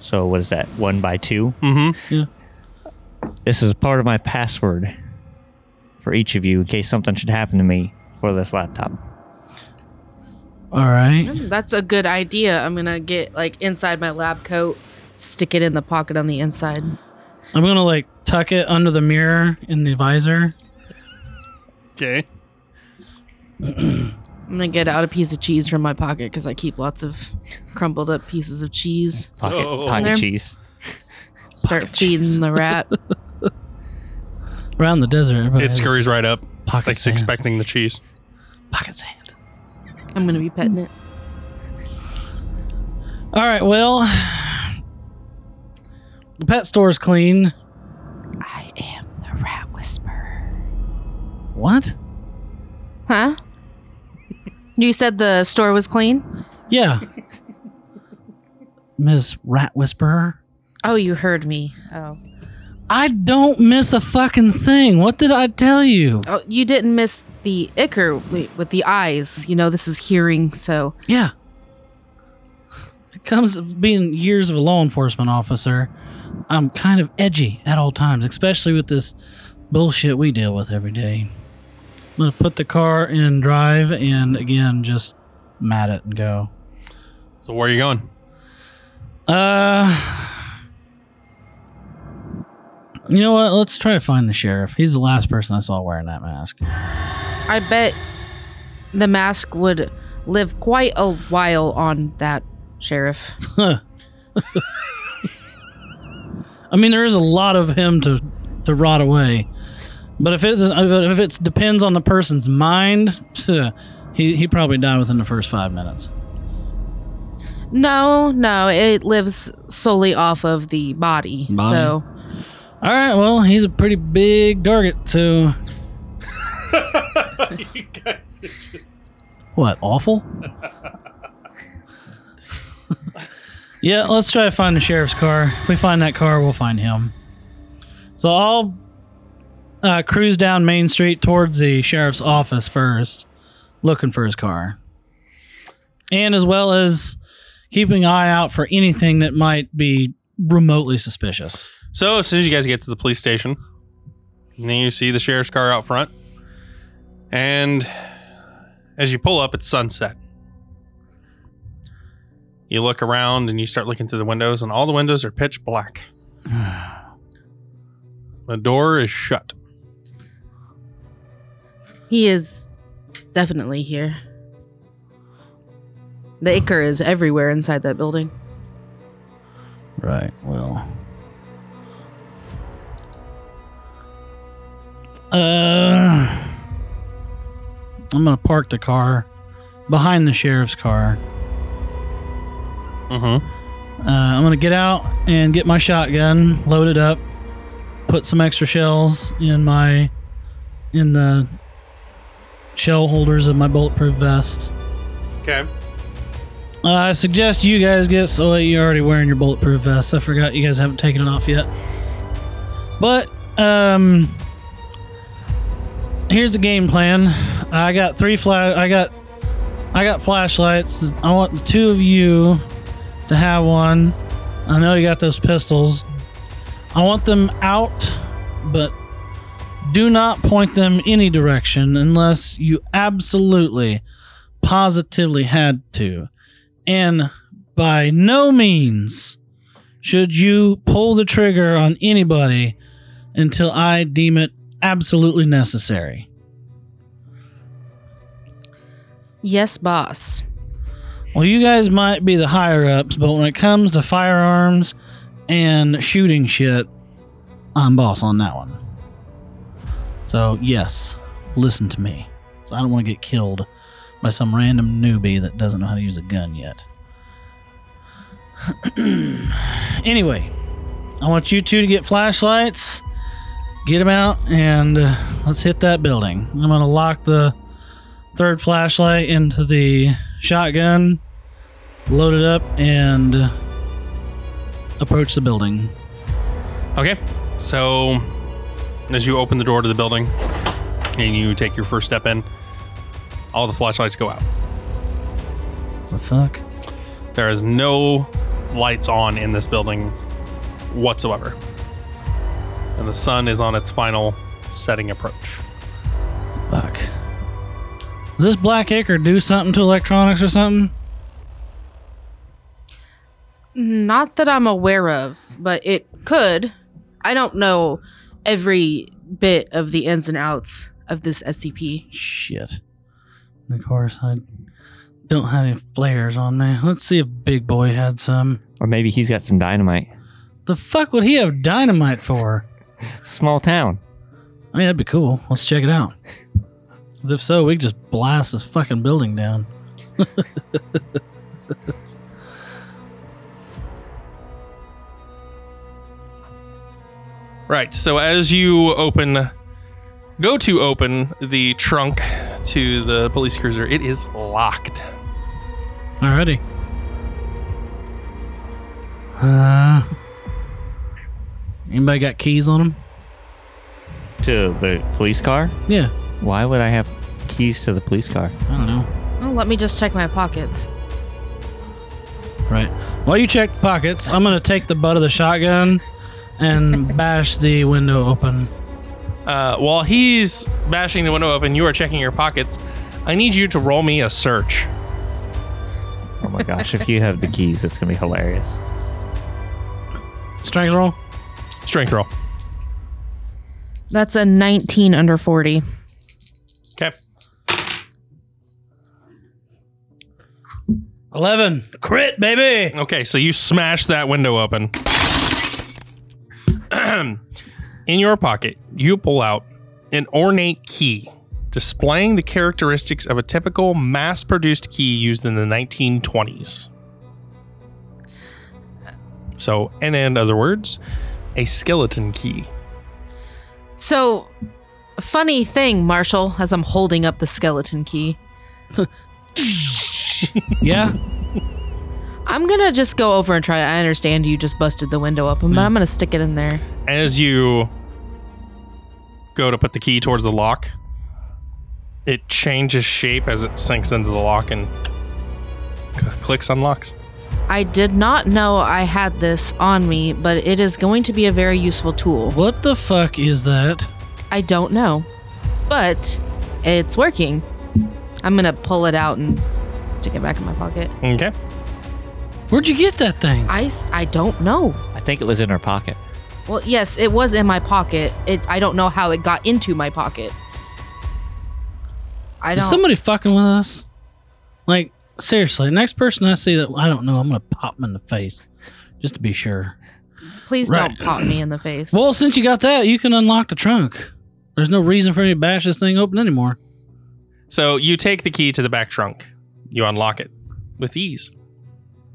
[SPEAKER 4] So what is that? One by two.
[SPEAKER 2] Mm-hmm.
[SPEAKER 4] This is part of my password for each of you in case something should happen to me for this laptop.
[SPEAKER 3] All right.
[SPEAKER 5] Mm, That's a good idea. I'm gonna get like inside my lab coat, stick it in the pocket on the inside.
[SPEAKER 3] I'm going to like tuck it under the mirror in the visor.
[SPEAKER 2] Okay.
[SPEAKER 5] I'm gonna get out a piece of cheese from my pocket because I keep lots of crumbled up pieces of cheese.
[SPEAKER 4] Pocket,
[SPEAKER 2] Oh.
[SPEAKER 4] pocket
[SPEAKER 5] There-
[SPEAKER 4] cheese.
[SPEAKER 5] Start feeding the rat.
[SPEAKER 3] Around the desert. everybody
[SPEAKER 2] It
[SPEAKER 3] has
[SPEAKER 2] scurries right up,
[SPEAKER 3] Pocket
[SPEAKER 2] like
[SPEAKER 3] sand.
[SPEAKER 2] expecting the cheese.
[SPEAKER 3] Pocket sand.
[SPEAKER 5] I'm gonna be petting it.
[SPEAKER 3] All right, well, the pet store is clean.
[SPEAKER 5] I am the rat whisperer.
[SPEAKER 3] What?
[SPEAKER 5] Huh? You said the store was clean?
[SPEAKER 3] Yeah. Miss Rat Whisperer.
[SPEAKER 5] Oh, you heard me. Oh.
[SPEAKER 3] I don't miss a fucking thing. What did I tell you?
[SPEAKER 5] Oh, you didn't miss the ichor wi- with the eyes. You know, this is hearing, so
[SPEAKER 3] Yeah. It comes of being years of a law enforcement officer. I'm kind of edgy at all times, especially with this bullshit we deal with every day. I'm gonna put the car in drive and again just mat it and go.
[SPEAKER 2] So where are you going?
[SPEAKER 3] Uh you know what? Let's try to find the sheriff. He's the last person I saw wearing that mask.
[SPEAKER 5] I bet the mask would live quite a while on that sheriff.
[SPEAKER 3] I mean, there is a lot of him to to rot away, but if it's if it's depends on the person's mind, he he probably died within the first five minutes.
[SPEAKER 5] No, no, it lives solely off of the body.
[SPEAKER 3] Body.
[SPEAKER 5] So
[SPEAKER 3] All right, well, he's a pretty big target. So
[SPEAKER 2] you guys are just.
[SPEAKER 3] what? Awful. yeah, let's try to find the sheriff's car. If we find that car, we'll find him. So I'll uh, cruise down Main Street towards the sheriff's office first, looking for his car. And as well as keeping an eye out for anything that might be remotely suspicious.
[SPEAKER 2] So as soon as you guys get to the police station, then you see the sheriff's car out front, and as you pull up, it's sunset. You look around and you start looking through the windows, and all the windows are pitch black. the door is shut.
[SPEAKER 5] He is definitely here. The Icar is everywhere inside that building.
[SPEAKER 3] Right, well. Uh. I'm going to park the car behind the sheriff's car.
[SPEAKER 2] Mm-hmm.
[SPEAKER 3] Uh, I'm gonna get out and get my shotgun, load it up, put some extra shells in my in the shell holders of my bulletproof vest.
[SPEAKER 2] Okay.
[SPEAKER 3] Uh, I suggest you guys get so you're already wearing your bulletproof vest. I forgot you guys haven't taken it off yet. But um, here's the game plan. I got three flash. I got I got flashlights. I want the two of you to have one. I know you got those pistols. I want them out, but do not point them any direction unless you absolutely, positively had to. And by no means should you pull the trigger on anybody until I deem it absolutely necessary.
[SPEAKER 5] Yes, boss.
[SPEAKER 3] Well, you guys might be the higher ups, but when it comes to firearms and shooting shit, I'm boss on that one. So, yes, listen to me. So I don't want to get killed by some random newbie that doesn't know how to use a gun yet. anyway, I want you two to get flashlights, get them out, and uh, let's hit that building. I'm going to lock the third flashlight into the shotgun, load it up, and approach the building.
[SPEAKER 2] Okay. So, as you open the door to the building and you take your first step in, all the flashlights go out.
[SPEAKER 3] The fuck?
[SPEAKER 2] There is no lights on in this building whatsoever. And the sun is on its final setting approach.
[SPEAKER 3] Fuck. Does this Black Acre do something to electronics or something?
[SPEAKER 5] Not that I'm aware of, but it could. I don't know every bit of the ins and outs of this SCP.
[SPEAKER 3] Shit. Of course, I don't have any flares on me. Let's see if Big Boy had some.
[SPEAKER 4] Or maybe he's got some dynamite.
[SPEAKER 3] The fuck would he have dynamite for?
[SPEAKER 4] Small town.
[SPEAKER 3] I mean, that'd be cool. Let's check it out. 'Cause if so, we could just blast this fucking building down.
[SPEAKER 2] Right. So as you open, go to open the trunk to the police cruiser, it is locked.
[SPEAKER 3] Alrighty. Uh, anybody got keys on them?
[SPEAKER 4] To the police car?
[SPEAKER 3] Yeah.
[SPEAKER 4] Why would I have keys to the police car?
[SPEAKER 3] I don't know.
[SPEAKER 5] Well, Oh, let me just check my pockets.
[SPEAKER 3] Right. While you check pockets, I'm gonna take the butt of the shotgun and bash the window open.
[SPEAKER 2] Uh, while he's bashing the window open, you are checking your pockets. I need you to roll me a search.
[SPEAKER 4] Oh my gosh, if you have the keys, it's gonna be hilarious.
[SPEAKER 3] Strength roll.
[SPEAKER 2] Strength roll.
[SPEAKER 5] That's a 19 under 40.
[SPEAKER 2] Okay.
[SPEAKER 3] Eleven. Crit, baby.
[SPEAKER 2] Okay, so you smash that window open. In your pocket, you pull out an ornate key displaying the characteristics of a typical mass produced key used in the 1920s. So, and in other words, a skeleton key.
[SPEAKER 5] So, funny thing, Marshall, as I'm holding up the skeleton key,
[SPEAKER 3] Yeah.
[SPEAKER 5] I'm gonna just go over and try. it. I understand you just busted the window open, but I'm gonna stick it in there.
[SPEAKER 2] As you go to put the key towards the lock, it changes shape as it sinks into the lock and c- clicks unlocks.
[SPEAKER 5] I did not know I had this on me, but it is going to be a very useful tool.
[SPEAKER 3] What the fuck is that?
[SPEAKER 5] I don't know, but it's working. I'm gonna pull it out and stick it back in my pocket.
[SPEAKER 2] Okay.
[SPEAKER 3] Where'd you get that thing?
[SPEAKER 5] I, s- I don't know.
[SPEAKER 4] I think it was in her pocket.
[SPEAKER 5] Well, yes, it was in my pocket. It I don't know how it got into my pocket. I don't.
[SPEAKER 3] Is somebody fucking with us? Like, seriously, next person I see that I don't know, I'm gonna pop them in the face. Just to be sure.
[SPEAKER 5] please
[SPEAKER 3] right.
[SPEAKER 5] don't pop me in the face.
[SPEAKER 3] Well, since you got that, you can unlock the trunk. There's no reason for me to bash this thing open anymore.
[SPEAKER 2] So you take the key to the back trunk. You unlock it with ease.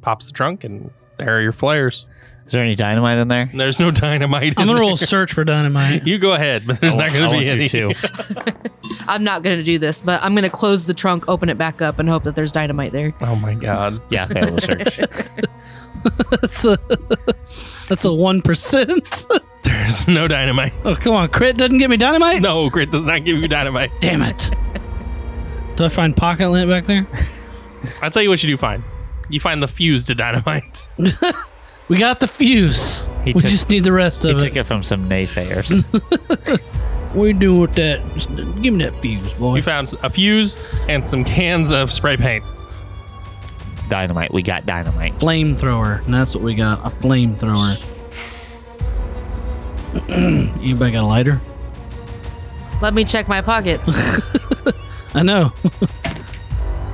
[SPEAKER 2] Pops the trunk, and there are your flares.
[SPEAKER 4] Is there any dynamite in there?
[SPEAKER 2] There's no dynamite.
[SPEAKER 3] I'm
[SPEAKER 2] in
[SPEAKER 3] gonna roll
[SPEAKER 2] there.
[SPEAKER 3] search for dynamite.
[SPEAKER 2] You go ahead, but there's
[SPEAKER 4] I
[SPEAKER 2] not
[SPEAKER 4] want-
[SPEAKER 2] going
[SPEAKER 4] I
[SPEAKER 2] to be
[SPEAKER 4] want
[SPEAKER 2] any.
[SPEAKER 4] you to.
[SPEAKER 5] I'm not gonna do this, but I'm gonna close the trunk, open it back up, and hope that there's dynamite there.
[SPEAKER 2] Oh my god.
[SPEAKER 4] yeah, fail the search.
[SPEAKER 3] that's a that's a one percent.
[SPEAKER 2] There's no dynamite.
[SPEAKER 3] Oh come on, crit doesn't give me dynamite.
[SPEAKER 2] No, grit does not give you dynamite.
[SPEAKER 3] Damn it. Do I find pocket lint back there?
[SPEAKER 2] I'll tell you what you do find. You find the fuse to dynamite.
[SPEAKER 3] We got the fuse.
[SPEAKER 4] He
[SPEAKER 3] we
[SPEAKER 4] took-
[SPEAKER 3] just need the rest
[SPEAKER 4] he
[SPEAKER 3] of
[SPEAKER 4] took
[SPEAKER 3] it.
[SPEAKER 4] it from some naysayers.
[SPEAKER 3] What are you doing with that? Just Give me that fuse, boy.
[SPEAKER 2] You found a fuse and some cans of spray paint.
[SPEAKER 4] dynamite. We got dynamite.
[SPEAKER 3] flamethrower. And that's what we got. A flamethrower. Anybody got a lighter?
[SPEAKER 5] Let me check my pockets.
[SPEAKER 3] I know.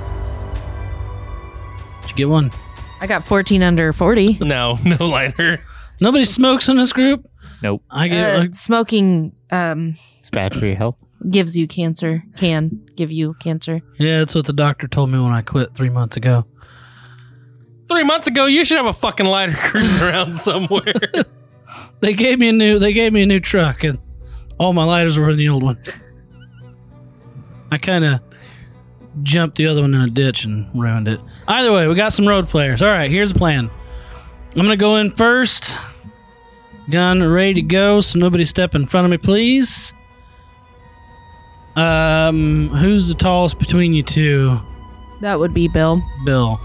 [SPEAKER 3] Did you get one?
[SPEAKER 5] I got 14 under 40.
[SPEAKER 2] No, no lighter.
[SPEAKER 3] Nobody smokes in this group.
[SPEAKER 4] Nope.
[SPEAKER 3] I get.
[SPEAKER 5] Uh,
[SPEAKER 3] I-
[SPEAKER 5] smoking um,
[SPEAKER 4] It's bad for your health.
[SPEAKER 5] gives you cancer. Can give you cancer.
[SPEAKER 3] yeah, that's what the doctor told me when I quit three months ago.
[SPEAKER 2] Three months ago, you should have a fucking lighter cruising around somewhere.
[SPEAKER 3] They gave me a new. They gave me a new truck, and all my lighters were in the old one. I kind of jumped the other one in a ditch and ruined it. Either way, we got some road flares. All right, here's the plan. I'm gonna go in first. Gun ready to go. So nobody step in front of me, please. Um, who's the tallest between you two?
[SPEAKER 5] That would be Bill.
[SPEAKER 3] Bill.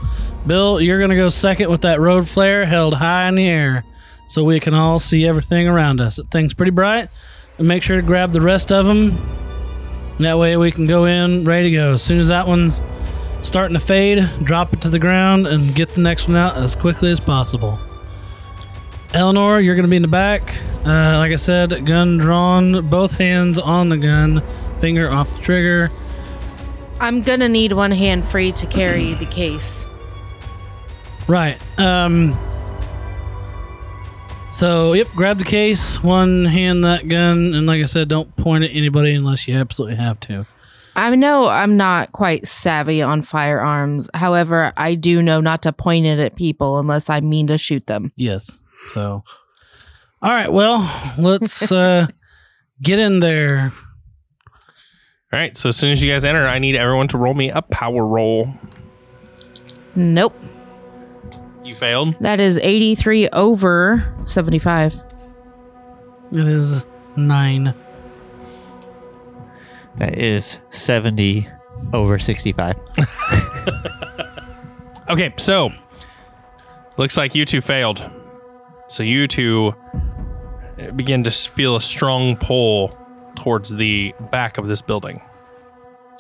[SPEAKER 3] Bill, you're going to go second with that road flare held high in the air so we can all see everything around us. That thing's pretty bright. And make sure to grab the rest of them. That way we can go in ready to go. As soon as that one's starting to fade, drop it to the ground and get the next one out as quickly as possible. Eleanor, you're going to be in the back. Uh, like I said, gun drawn, both hands on the gun, finger off the trigger.
[SPEAKER 5] I'm gonna need one hand free to carry the case.
[SPEAKER 3] Right. Um. So, yep, grab the case, one hand that gun, and like I said, don't point at anybody unless you absolutely have to.
[SPEAKER 5] I know I'm not quite savvy on firearms. However, I do know not to point it at people unless I mean to shoot them.
[SPEAKER 3] Yes. So, all right, well, let's uh, get in there.
[SPEAKER 2] All right, so as soon as you guys enter, I need everyone to roll me a power roll.
[SPEAKER 5] Nope.
[SPEAKER 2] You failed.
[SPEAKER 5] That is 83 over 75.
[SPEAKER 3] It is nine.
[SPEAKER 4] That is 70 over 65.
[SPEAKER 2] Okay, so looks like you two failed. So you two begin to s- feel a strong pull towards the back of this building.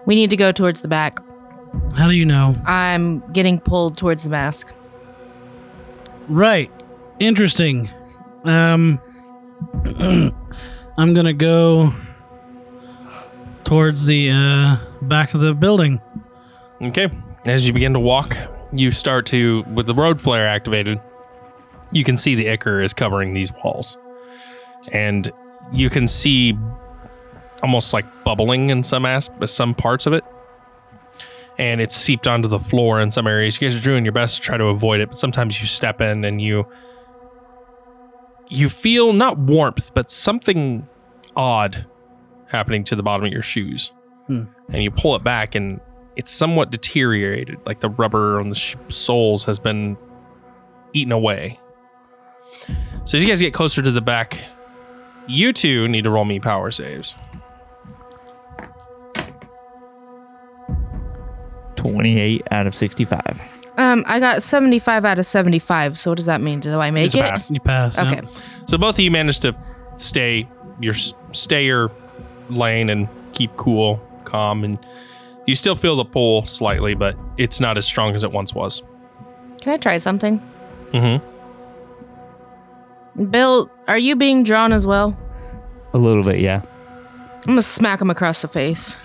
[SPEAKER 5] We need to go towards the back.
[SPEAKER 3] How do you know?
[SPEAKER 5] I'm getting pulled towards the mask.
[SPEAKER 3] Right. Interesting. Um I'm going to go towards the uh, back of the building.
[SPEAKER 2] Okay. As you begin to walk, you start to, with the road flare activated, you can see the Icar is covering these walls. And you can see almost like bubbling in some as- some parts of it. And it's seeped onto the floor in some areas. You guys are doing your best to try to avoid it, but sometimes you step in and you you feel not warmth, but something odd happening to the bottom of your shoes.
[SPEAKER 3] Hmm.
[SPEAKER 2] And you pull it back and it's somewhat deteriorated, like the rubber on the sh- soles has been eaten away. So as you guys get closer to the back, you two need to roll me power saves.
[SPEAKER 4] 28 out of 65.
[SPEAKER 5] Um, I got 75 out of 75. So what does that mean? Do I make
[SPEAKER 2] It's a
[SPEAKER 5] it?
[SPEAKER 2] pass.
[SPEAKER 3] You pass. yeah.
[SPEAKER 5] Okay.
[SPEAKER 2] So both of you managed to stay your stay your lane and keep cool, calm, and you still feel the pull slightly, but it's not as strong as it once was.
[SPEAKER 5] Can I try something?
[SPEAKER 2] Mm-hmm.
[SPEAKER 5] Bill, are you being drawn as well?
[SPEAKER 4] A little bit, yeah.
[SPEAKER 5] I'm gonna smack him across the face.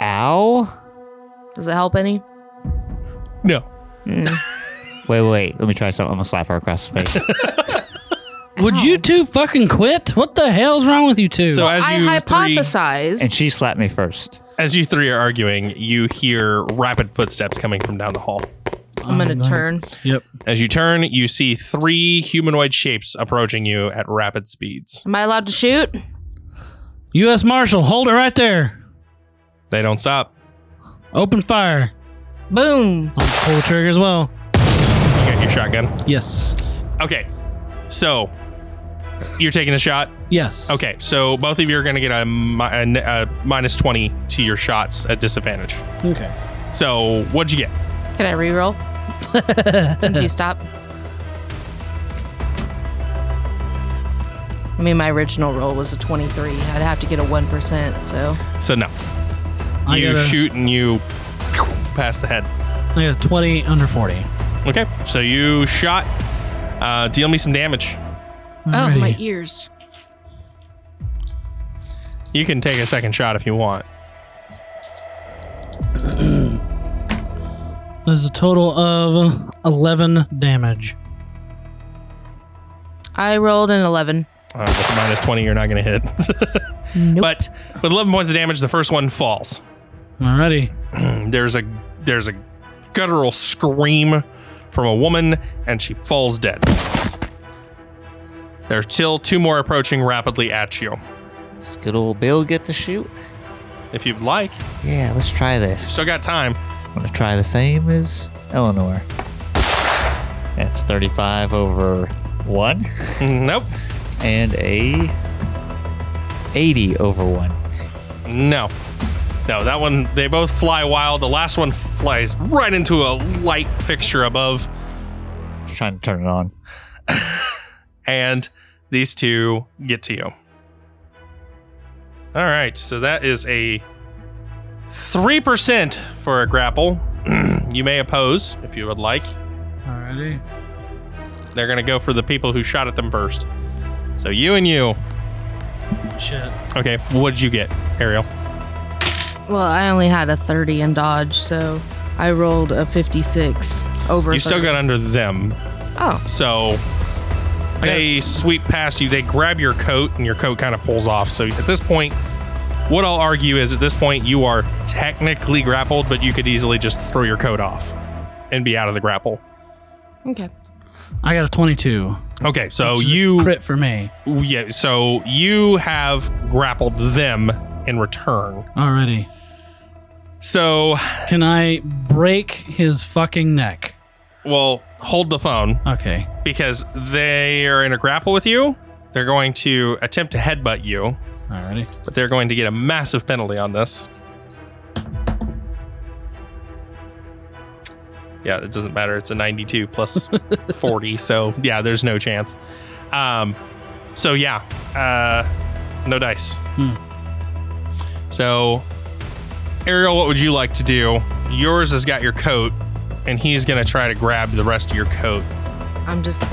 [SPEAKER 4] Ow.
[SPEAKER 5] Does it help any?
[SPEAKER 2] No.
[SPEAKER 5] Mm.
[SPEAKER 4] Wait, wait. Let me try something. I'm going to slap her across the face.
[SPEAKER 3] Would
[SPEAKER 5] Ow.
[SPEAKER 3] you two fucking quit? What the hell's wrong with you two?
[SPEAKER 2] So as
[SPEAKER 5] I
[SPEAKER 2] you three,
[SPEAKER 5] hypothesized.
[SPEAKER 4] and she slapped me first.
[SPEAKER 2] as you three are arguing, you hear rapid footsteps coming from down the hall.
[SPEAKER 5] I'm gonna turn.
[SPEAKER 3] Yep.
[SPEAKER 2] As you turn, you see three humanoid shapes approaching you at rapid speeds.
[SPEAKER 5] Am I allowed to shoot?
[SPEAKER 3] U.S. Marshal, hold it right there.
[SPEAKER 2] They don't stop.
[SPEAKER 3] Open fire.
[SPEAKER 5] Boom.
[SPEAKER 3] I'll pull the trigger as well.
[SPEAKER 2] You got your shotgun.
[SPEAKER 3] Yes.
[SPEAKER 2] Okay. So you're taking the shot.
[SPEAKER 3] Yes.
[SPEAKER 2] Okay, so both of you are going to get a, mi- a, n- a minus 20 to your shots at disadvantage.
[SPEAKER 3] Okay.
[SPEAKER 2] So, what'd you get?
[SPEAKER 5] Can I reroll? Since you stopped. I mean, my original roll was a 23. I'd have to get a 1%, so.
[SPEAKER 2] So, no.
[SPEAKER 3] I
[SPEAKER 2] you
[SPEAKER 3] got a-
[SPEAKER 2] shoot and you pass the head.
[SPEAKER 3] I got a 20 under 40.
[SPEAKER 2] Okay, so you shot. Uh, deal me some damage.
[SPEAKER 5] Oh, my
[SPEAKER 3] Alrighty.
[SPEAKER 5] ears.
[SPEAKER 2] You can take a second shot if you want.
[SPEAKER 3] There's a total of 11 damage.
[SPEAKER 5] I rolled an 11.
[SPEAKER 2] Uh, with a minus 20, you're not going to hit.
[SPEAKER 5] Nope.
[SPEAKER 2] But with 11 points of damage, the first one falls.
[SPEAKER 3] Alrighty.
[SPEAKER 2] There's a there's a guttural scream from a woman, and she falls dead. There are still two more approaching rapidly at you.
[SPEAKER 4] Does good old Bill get to shoot?
[SPEAKER 2] If you'd like,
[SPEAKER 4] Yeah, let's try this.
[SPEAKER 2] still got time.
[SPEAKER 4] I'm going to try the same as Eleanor. That's 35 over 1
[SPEAKER 2] Nope,
[SPEAKER 4] and a 80 over 1.
[SPEAKER 2] no, no. That one they both fly wild. The last one flies right into a light fixture above,
[SPEAKER 4] Just trying to turn it on.
[SPEAKER 2] and these two get to you. All right, so that is a 3% for a grapple. you may oppose if you would like.
[SPEAKER 3] Alrighty.
[SPEAKER 2] They're going to go for the people who shot at them first. So you and you.
[SPEAKER 3] Shit.
[SPEAKER 2] Okay, what'd you get, Ariel?
[SPEAKER 5] Well, I only had a 30 in dodge, so I rolled a 56 over.
[SPEAKER 2] You still
[SPEAKER 5] 30.
[SPEAKER 2] got under them.
[SPEAKER 5] Oh,
[SPEAKER 2] So they sweep past you. They grab your coat, and your coat kind of pulls off. So at this point, what I'll argue is at this point, you are technically grappled, but you could easily just throw your coat off and be out of the grapple.
[SPEAKER 5] okay.
[SPEAKER 3] I got a 22.
[SPEAKER 2] Okay, so
[SPEAKER 3] which is a
[SPEAKER 2] you.
[SPEAKER 3] crit for me.
[SPEAKER 2] Yeah, so you have grappled them in return.
[SPEAKER 3] Alrighty.
[SPEAKER 2] So,
[SPEAKER 3] Can I break his fucking neck?
[SPEAKER 2] well, hold the phone.
[SPEAKER 3] Okay.
[SPEAKER 2] because they are in a grapple with you. They're going to attempt to headbutt you,
[SPEAKER 3] Alrighty.
[SPEAKER 2] but they're going to get a massive penalty on this. Yeah, it doesn't matter. It's a 92 plus 40, so yeah, there's no chance. Um, so yeah, uh, no dice.
[SPEAKER 3] Hmm.
[SPEAKER 2] So, Ariel, what would you like to do? Yours has got your coat, and he's going to try to grab the rest of your coat.
[SPEAKER 5] I'm just.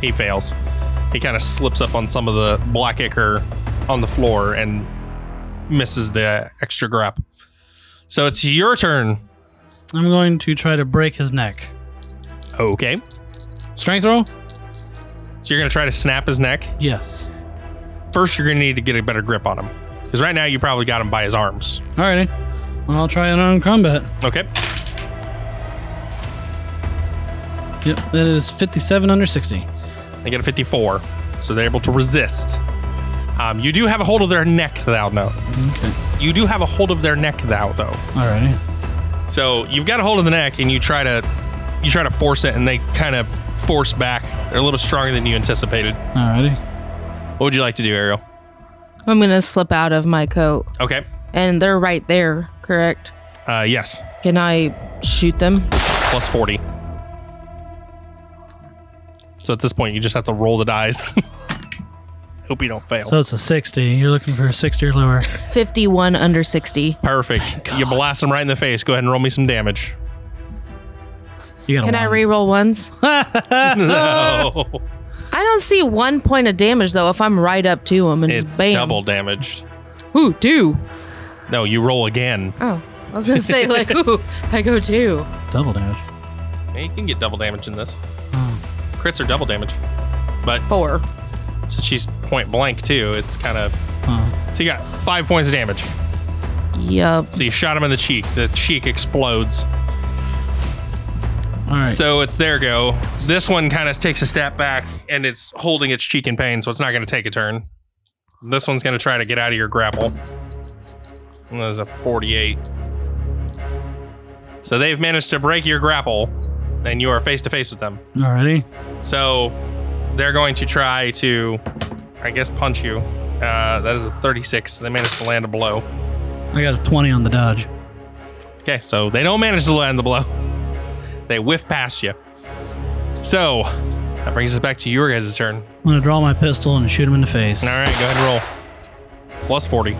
[SPEAKER 2] He fails. He kind of slips up on some of the black ichor on the floor and misses the extra grab. So it's your turn.
[SPEAKER 3] I'm going to try to break his neck.
[SPEAKER 2] Okay.
[SPEAKER 3] Strength roll?
[SPEAKER 2] So you're going to try to snap his neck.
[SPEAKER 3] Yes.
[SPEAKER 2] First, you're going to need to get a better grip on him. Because right now, you probably got him by his arms.
[SPEAKER 3] Alrighty. Well, I'll try it on combat.
[SPEAKER 2] Okay.
[SPEAKER 3] Yep. That is 57 under 60.
[SPEAKER 2] They get a 54. So they're able to resist. Um, you do have a hold of their neck, thou, though.
[SPEAKER 3] Okay.
[SPEAKER 2] You do have a hold of their neck, thou, though.
[SPEAKER 3] Alrighty.
[SPEAKER 2] So you've got a hold of the neck and you try to you try to force it and they kind of force back. They're a little stronger than you anticipated.
[SPEAKER 3] Alrighty.
[SPEAKER 2] What would you like to do, Ariel?
[SPEAKER 5] I'm gonna slip out of my coat.
[SPEAKER 2] Okay.
[SPEAKER 5] And they're right there, correct?
[SPEAKER 2] Uh, yes,
[SPEAKER 5] Can I shoot them?
[SPEAKER 2] plus forty. So at this point, you just have to roll the dice. Hope you don't fail.
[SPEAKER 3] So it's a 60. You're looking for a 60 or lower.
[SPEAKER 5] 51 under 60.
[SPEAKER 2] Perfect. You blast him right in the face. Go ahead and roll me some damage.
[SPEAKER 3] You got a
[SPEAKER 5] Can I
[SPEAKER 3] one.
[SPEAKER 5] re-roll ones?
[SPEAKER 2] no,
[SPEAKER 5] I don't see one point of damage though if I'm right up to him and
[SPEAKER 2] it's
[SPEAKER 5] just bam.
[SPEAKER 2] double damaged.
[SPEAKER 5] Ooh, two.
[SPEAKER 2] No, you roll again.
[SPEAKER 5] Oh, I was gonna say like, ooh, I go two.
[SPEAKER 3] double damage?
[SPEAKER 2] Yeah, you can get double damage in this.
[SPEAKER 3] Oh.
[SPEAKER 5] Hmm.
[SPEAKER 2] Crits are double damage, but
[SPEAKER 5] Four.
[SPEAKER 2] since she's point blank too, it's kind of
[SPEAKER 3] Oh.
[SPEAKER 2] so you got five points of damage.
[SPEAKER 5] Yup.
[SPEAKER 2] So you shot him in the cheek. The cheek explodes.
[SPEAKER 3] All right.
[SPEAKER 2] So it's their go. This one kind of takes a step back and it's holding its cheek in pain, so it's not going to take a turn. This one's going to try to get out of your grapple. And there's a 48. So they've managed to break your grapple, and you are face to face with them.
[SPEAKER 3] Alrighty.
[SPEAKER 2] So they're going to try to, I guess, punch you. Uh, that is a 36. They managed to land a blow.
[SPEAKER 3] I got a 20 on the dodge.
[SPEAKER 2] Okay, so they don't manage to land the blow. They whiff past you. So that brings us back to your guys' turn. All
[SPEAKER 3] I'm going to draw my pistol and shoot him in the face.
[SPEAKER 2] right, go ahead and roll. Plus 40.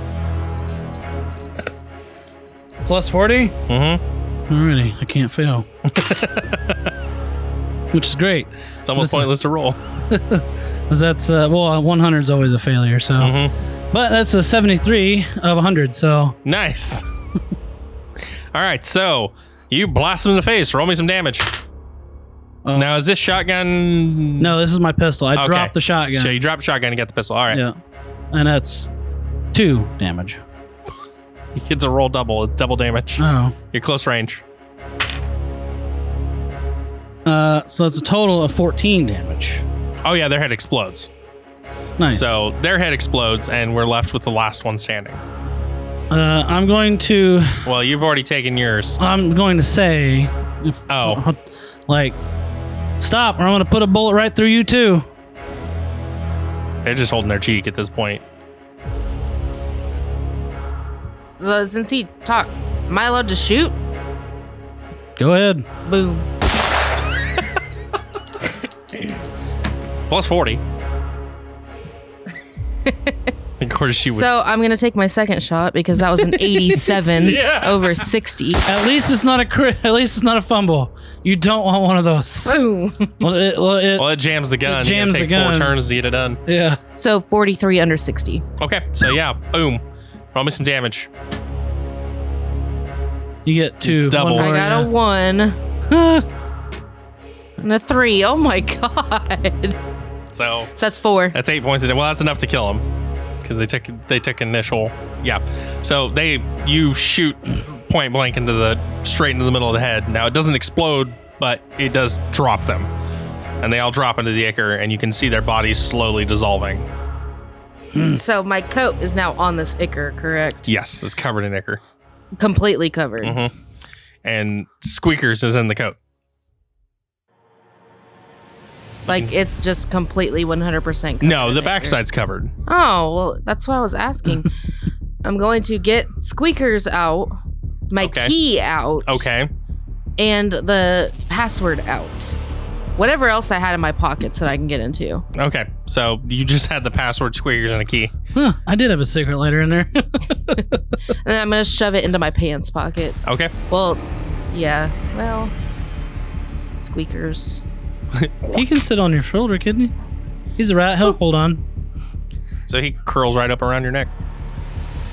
[SPEAKER 6] Plus 40?
[SPEAKER 2] Mm-hmm.
[SPEAKER 3] Alrighty. I can't fail. Which is great.
[SPEAKER 2] It's almost
[SPEAKER 3] That's a-
[SPEAKER 2] pointless to roll.
[SPEAKER 3] 'Cause that's, uh, well, 100 is always a failure, so.
[SPEAKER 2] Mm-hmm.
[SPEAKER 3] But that's a 73 of 100, so.
[SPEAKER 2] Nice. All right, so you blast him in the face. Roll me some damage.
[SPEAKER 3] Oh.
[SPEAKER 2] now, is this shotgun?
[SPEAKER 3] No, this is my pistol. I
[SPEAKER 2] Okay.
[SPEAKER 3] dropped the shotgun.
[SPEAKER 2] So you drop shotgun and get the pistol. All right.
[SPEAKER 3] Yeah. And that's two damage.
[SPEAKER 2] It's a roll double. It's double damage.
[SPEAKER 3] Oh.
[SPEAKER 2] You're close range.
[SPEAKER 3] Uh, so that's a total of 14 damage.
[SPEAKER 2] Oh yeah, their head explodes.
[SPEAKER 3] Nice.
[SPEAKER 2] So their head explodes, and we're left with the last one standing.
[SPEAKER 3] uh, I'm going to
[SPEAKER 2] Well, you've already taken yours.
[SPEAKER 3] I'm going to say if,
[SPEAKER 2] Oh.
[SPEAKER 3] like stop or I'm going to put a bullet right through you too.
[SPEAKER 2] They're just holding their cheek at this point.
[SPEAKER 5] So since he talked, am I allowed to shoot?
[SPEAKER 3] Go ahead.
[SPEAKER 5] Boom.
[SPEAKER 2] Plus forty. of course, she would.
[SPEAKER 5] So I'm gonna take my second shot because that was an 87
[SPEAKER 2] Yeah.
[SPEAKER 5] over 60.
[SPEAKER 3] At least it's not a crit. At least it's not a fumble. You don't want one of those.
[SPEAKER 5] Boom.
[SPEAKER 3] Well, it- well, it-
[SPEAKER 2] well, it jams the gun.
[SPEAKER 3] It jams
[SPEAKER 2] you gotta
[SPEAKER 3] the
[SPEAKER 2] take
[SPEAKER 3] gun.
[SPEAKER 2] Four turns to get it done.
[SPEAKER 3] yeah.
[SPEAKER 5] So 43 under 60.
[SPEAKER 2] Okay, so yeah, boom. Roll me some damage.
[SPEAKER 3] You get two.
[SPEAKER 2] It's double.
[SPEAKER 3] One
[SPEAKER 5] I
[SPEAKER 3] more,
[SPEAKER 5] got
[SPEAKER 3] yeah.
[SPEAKER 5] a one and a three. Oh my god.
[SPEAKER 2] So
[SPEAKER 5] So that's four.
[SPEAKER 2] that's eight points. Of, well, that's enough to kill him because they took they took initial. Yeah. So they you shoot point blank into the straight into the middle of the head. Now it doesn't explode, but it does drop them, and they all drop into the acre, and you can see their bodies slowly dissolving.
[SPEAKER 5] So my coat is now on this ichor, correct?
[SPEAKER 2] Yes, it's covered in ichor.
[SPEAKER 5] Completely covered.
[SPEAKER 2] Mhm. And Squeakers is in the coat.
[SPEAKER 5] Like it's just completely 100% covered.
[SPEAKER 2] No, the
[SPEAKER 5] in ichor.
[SPEAKER 2] backside's covered.
[SPEAKER 5] Oh, well, that's what I was asking. I'm going to get squeakers out, my
[SPEAKER 2] Okay.
[SPEAKER 5] key out,
[SPEAKER 2] Okay.
[SPEAKER 5] and the password out. Whatever else I had in my pockets that I can get into.
[SPEAKER 2] Okay. So you just had the password Squeakers and a key.
[SPEAKER 3] Huh, I did have a cigarette lighter in there.
[SPEAKER 5] And then I'm going to shove it into my pants pockets.
[SPEAKER 2] Okay.
[SPEAKER 5] Well, yeah. Well, squeakers.
[SPEAKER 3] he can sit on your shoulder, couldn't he? He's a rat. He'll
[SPEAKER 5] Oh.
[SPEAKER 3] hold on.
[SPEAKER 2] So he curls right up around your neck.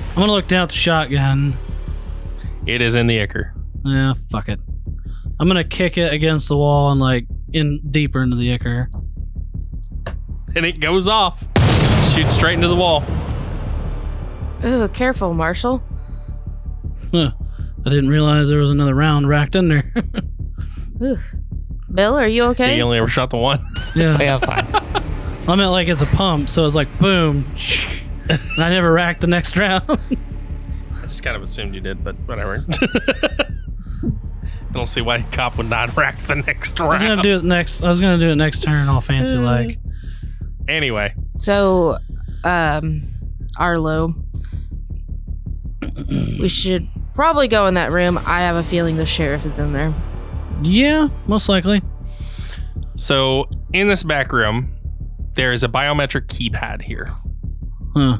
[SPEAKER 3] I'm gonna look down at the shotgun.
[SPEAKER 2] It is in the ichor.
[SPEAKER 3] Yeah, fuck it. I'm gonna kick it against the wall and like in deeper into the ichor.
[SPEAKER 2] and it goes off. Shoots straight into the wall.
[SPEAKER 5] Oh, careful, Marshall.
[SPEAKER 3] Huh. I didn't realize there was another round racked in there.
[SPEAKER 5] Ooh. Bill, are you okay?
[SPEAKER 2] He only ever shot the one.
[SPEAKER 3] yeah,
[SPEAKER 4] Yeah, fine.
[SPEAKER 3] I meant like it's a pump, so it's like boom, and I never racked the next round.
[SPEAKER 2] I just kind of assumed you did, but whatever. I don't see why a cop would not rack the next
[SPEAKER 3] I was gonna
[SPEAKER 2] round.
[SPEAKER 3] do it next. I was gonna do it next turn, all fancy like.
[SPEAKER 2] anyway,
[SPEAKER 5] So, um, Arlo, We should probably go in that room. I have a feeling the sheriff is in there.
[SPEAKER 3] Yeah, most likely.
[SPEAKER 2] So in this back room, there is a biometric keypad here.
[SPEAKER 3] Huh.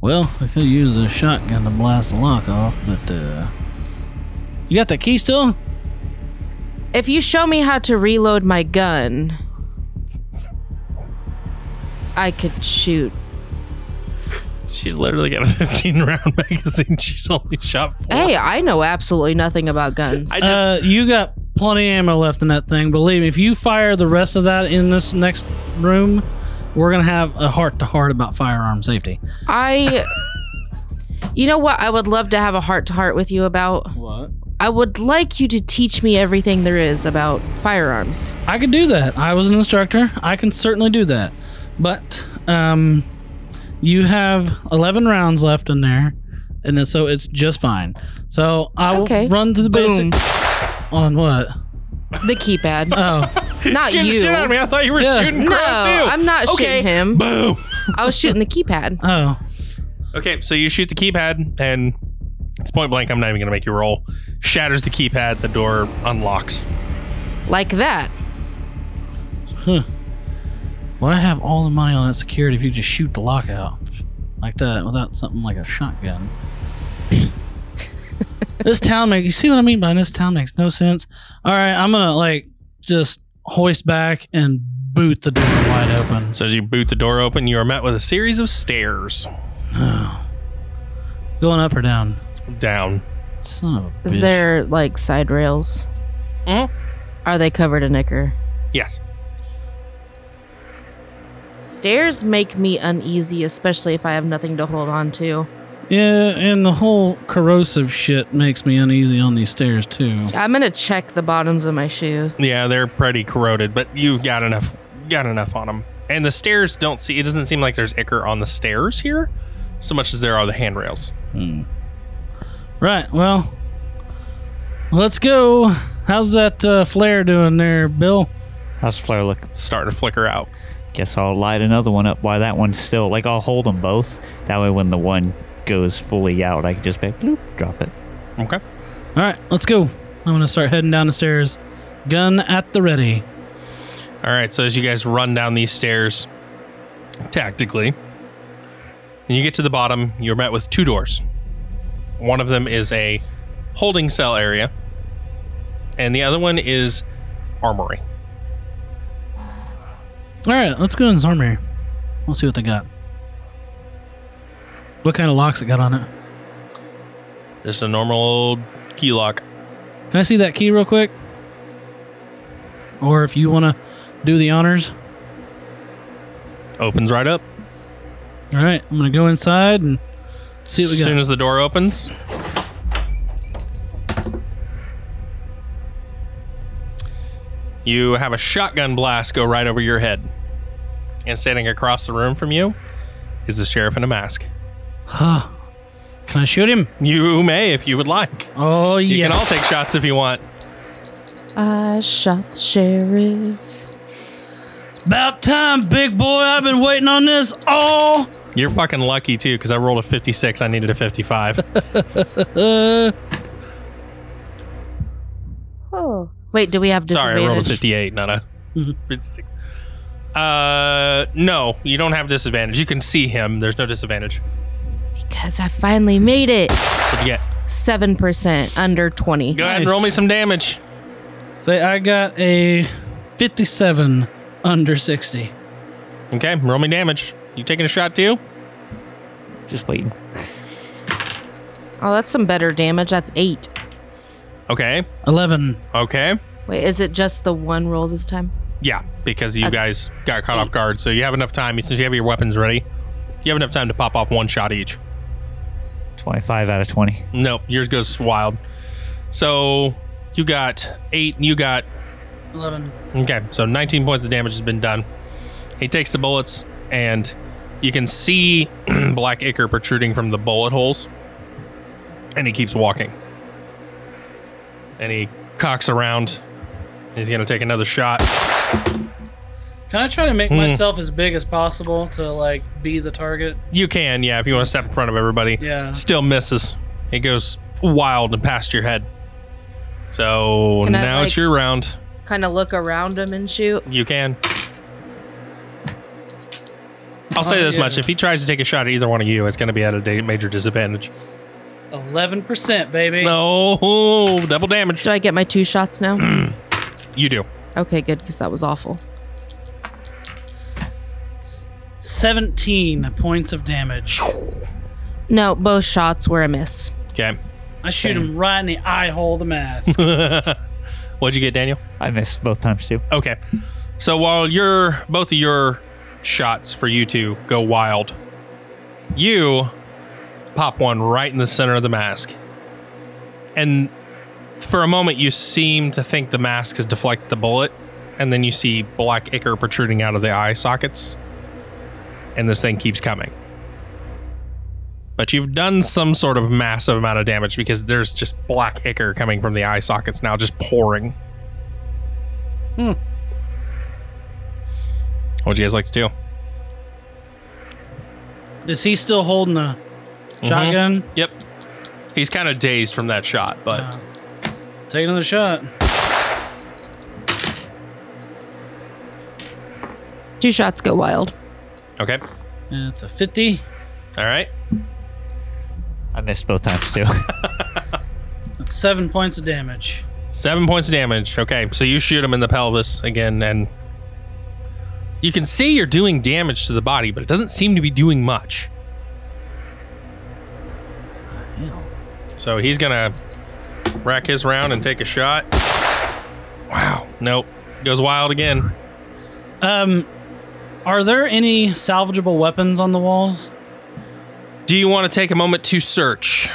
[SPEAKER 3] Well, I could use a shotgun to blast the lock off, but uh You got that key still?
[SPEAKER 5] If you show me how to reload my gun, I could shoot.
[SPEAKER 2] She's literally got a 15 round magazine. She's only shot four.
[SPEAKER 5] Hey, I know absolutely nothing about guns.
[SPEAKER 2] I just-
[SPEAKER 3] uh you got plenty of ammo left in that thing. Believe me, if you fire the rest of that in this next room, we're gonna have a heart to heart about firearm safety.
[SPEAKER 5] I. You know what? I would love to have a heart to heart with you about.
[SPEAKER 3] What?
[SPEAKER 5] I would like you to teach me everything there is about firearms.
[SPEAKER 3] I could do that. I was an instructor. I can certainly do that. But um, you have 11 rounds left in there, and then, so it's just fine. So I will
[SPEAKER 5] Okay.
[SPEAKER 3] run to the
[SPEAKER 5] Boom.
[SPEAKER 3] basic on what?
[SPEAKER 5] The keypad.
[SPEAKER 3] Oh,
[SPEAKER 5] Not
[SPEAKER 2] Scared the
[SPEAKER 5] you.
[SPEAKER 2] shit out of me. I thought you were
[SPEAKER 3] Yeah.
[SPEAKER 2] shooting
[SPEAKER 5] No,
[SPEAKER 2] crap too.
[SPEAKER 5] I'm not
[SPEAKER 2] okay.
[SPEAKER 5] shooting him.
[SPEAKER 2] Boom.
[SPEAKER 5] I was shooting the keypad.
[SPEAKER 3] oh,
[SPEAKER 2] Okay, so you shoot the keypad, and it's point blank. I'm not even going to make you roll. Shatters the keypad. The door unlocks.
[SPEAKER 5] Like that.
[SPEAKER 3] well, I have all the money on that security if you just shoot the lock out like that without something like a shotgun. this town makes you see what I mean by this town makes no sense. All right, I'm gonna like just hoist back and boot the door wide open.
[SPEAKER 2] So as you boot the door open, you are met with a series of stairs
[SPEAKER 3] Going up or down?
[SPEAKER 2] down.
[SPEAKER 3] Son of a
[SPEAKER 5] Is
[SPEAKER 3] bitch.
[SPEAKER 5] there like side rails?
[SPEAKER 2] Mhm.
[SPEAKER 5] Are they covered in ichor?
[SPEAKER 2] Yes.
[SPEAKER 5] Stairs make me uneasy, especially if I have nothing to hold on to.
[SPEAKER 3] Yeah, and the whole corrosive shit makes me uneasy on these stairs too.
[SPEAKER 5] I'm gonna check the bottoms of my shoe.
[SPEAKER 2] Yeah, they're pretty corroded, but you've got enough. Got enough on them. And the stairs don't see. It doesn't seem like there's ichor on the stairs here, so much as there are the handrails.
[SPEAKER 3] Hmm. Right. Well, let's go. How's that uh, flare doing there, Bill?
[SPEAKER 4] How's Flair look?
[SPEAKER 2] It's starting to flicker out.
[SPEAKER 4] Guess I'll light another one up while that one's still. Like, I'll hold them both. That way, when the one goes fully out, I can just be like, bloop, drop it.
[SPEAKER 2] Okay.
[SPEAKER 3] All right, let's go. I'm gonna start heading down the stairs. Gun at the ready.
[SPEAKER 2] All right, so as you guys run down these stairs tactically, and you get to the bottom, you're met with two doors. One of them is a holding cell area, and the other one is armory.
[SPEAKER 3] All right, let's go in this armory. We'll see what they got. What kind of locks it got on it?
[SPEAKER 2] There's a normal old key lock.
[SPEAKER 3] Can I see that key real quick? Or if you want to do the honors.
[SPEAKER 2] Opens right up.
[SPEAKER 3] All right, I'm gonna go inside and see what we
[SPEAKER 2] as soon
[SPEAKER 3] got.
[SPEAKER 2] as the door opens. You have a shotgun blast go right over your head. And standing across the room from you is the sheriff in a mask.
[SPEAKER 3] Huh. Can I shoot him?
[SPEAKER 2] You may if you would like.
[SPEAKER 3] Oh
[SPEAKER 2] You
[SPEAKER 3] yeah.
[SPEAKER 2] can all take shots if you want.
[SPEAKER 5] I shot the sheriff.
[SPEAKER 3] About time, big boy. I've been waiting on this all.
[SPEAKER 2] You're fucking lucky too, because I rolled a 56. I needed a 55.
[SPEAKER 3] Uh,
[SPEAKER 5] Oh. Wait, do we have
[SPEAKER 2] Sorry,
[SPEAKER 5] disadvantage?
[SPEAKER 2] I rolled a 58, not a
[SPEAKER 3] Mm-hmm.
[SPEAKER 2] 56. Uh, no, you don't have disadvantage. You can see him. There's no disadvantage.
[SPEAKER 5] Because I finally made it.
[SPEAKER 2] What'd you get?
[SPEAKER 5] 7% under 20.
[SPEAKER 2] Go ahead and roll me some damage.
[SPEAKER 3] say I got a fifty-seven under sixty.
[SPEAKER 2] Okay, roll me damage. You taking a shot too?
[SPEAKER 4] Just waiting.
[SPEAKER 5] Oh, that's some better damage. That's 8.
[SPEAKER 2] Okay,
[SPEAKER 3] Eleven.
[SPEAKER 2] okay.
[SPEAKER 5] Wait, is it just the one roll this time?
[SPEAKER 2] Yeah, because you
[SPEAKER 5] Okay.
[SPEAKER 2] guys got caught off guard, so you have enough time. Since you have your weapons ready, you have enough time to pop off one shot each.
[SPEAKER 4] 25 out of 20.
[SPEAKER 2] Nope, yours goes wild. So you got eight, you got
[SPEAKER 3] Eleven.
[SPEAKER 2] Okay, so 19 points of damage has been done. He takes the bullets, and you can see Black Ichor protruding from the bullet holes, and he keeps walking. And he cocks around. He's going to take another shot.
[SPEAKER 3] Can I try to make
[SPEAKER 7] Hmm.
[SPEAKER 3] myself as big as possible to like be the target?
[SPEAKER 2] You can, yeah, if you want to step in front of everybody.
[SPEAKER 3] Yeah.
[SPEAKER 2] Still misses. It goes wild and past your head. So
[SPEAKER 5] Can I,
[SPEAKER 2] now it's
[SPEAKER 5] like-
[SPEAKER 2] your round.
[SPEAKER 5] Kind of look around him and shoot.
[SPEAKER 2] You can. I'll say
[SPEAKER 3] Oh,
[SPEAKER 2] this
[SPEAKER 3] yeah.
[SPEAKER 2] much: if he tries to take a shot at either one of you, it's going to be at a da- major disadvantage.
[SPEAKER 3] Eleven percent, baby.
[SPEAKER 2] No, double damage.
[SPEAKER 5] Do I get my two shots now?
[SPEAKER 2] You do.
[SPEAKER 5] okay, good, because that was awful.
[SPEAKER 3] Seventeen points of damage.
[SPEAKER 5] No, both shots were a miss.
[SPEAKER 2] Okay.
[SPEAKER 3] I shoot him right in the eye hole of the mask.
[SPEAKER 2] What'd you get, Daniel?
[SPEAKER 4] I missed both times too.
[SPEAKER 2] Okay. So while your both of your shots for you two go wild, you pop one right in the center of the mask. And for a moment you seem to think the mask has deflected the bullet, and then you see black ichor protruding out of the eye sockets. And this thing keeps coming. But you've done some sort of massive amount of damage because there's just black ichor coming from the eye sockets now, just pouring. What would you guys like to do?
[SPEAKER 3] Is he still holding a shotgun?
[SPEAKER 2] Yep. He's kind of dazed from that shot, but
[SPEAKER 3] Uh, take another shot.
[SPEAKER 5] Two shots go wild.
[SPEAKER 2] okay.
[SPEAKER 3] And it's a fifty.
[SPEAKER 2] All right.
[SPEAKER 4] I missed both times too.
[SPEAKER 3] That's seven points of damage.
[SPEAKER 2] Seven points of damage. Okay. So you shoot him in the pelvis again, and you can see you're doing damage to the body, but it doesn't seem to be doing much.
[SPEAKER 3] Hell.
[SPEAKER 2] So he's going to rack his round and take a shot. Wow. Nope. Goes wild again.
[SPEAKER 3] Um, are there any salvageable weapons on the walls?
[SPEAKER 2] Do you want to take a moment to search?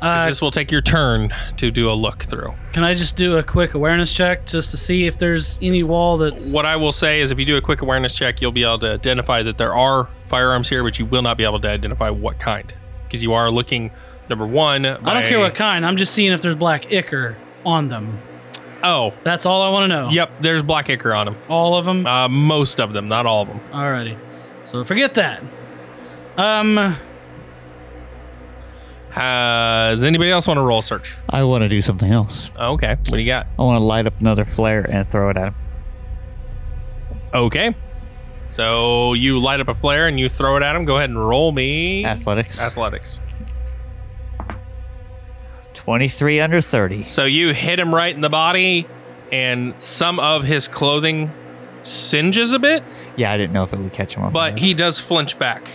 [SPEAKER 3] Uh,
[SPEAKER 2] this will take your turn to do a look through.
[SPEAKER 3] can I just do a quick awareness check just to see if there's any wall that's
[SPEAKER 2] What I will say is, if you do a quick awareness check, you'll be able to identify that there are firearms here, but you will not be able to identify what kind because you are looking. Number one,
[SPEAKER 3] I don't
[SPEAKER 2] by-
[SPEAKER 3] care what kind. I'm just seeing if there's black ichor on them.
[SPEAKER 2] Oh,
[SPEAKER 3] That's all I want to know.
[SPEAKER 2] yep. There's black ichor on them.
[SPEAKER 3] All of them.
[SPEAKER 2] Uh, most of them, not all of them.
[SPEAKER 3] Alrighty. So forget that. Um,
[SPEAKER 2] Has anybody else want to roll search?
[SPEAKER 4] I want to do something else.
[SPEAKER 2] Okay. What do you got?
[SPEAKER 4] I want to light up another flare and throw it at him.
[SPEAKER 2] Okay. So you light up a flare and you throw it at him. Go ahead and roll me
[SPEAKER 4] Athletics.
[SPEAKER 2] athletics.
[SPEAKER 4] 23 under 30.
[SPEAKER 2] So you hit him right in the body, and some of his clothing singes a bit.
[SPEAKER 4] Yeah, I didn't know if it would catch him off.
[SPEAKER 2] But
[SPEAKER 4] guard.
[SPEAKER 2] he does flinch back.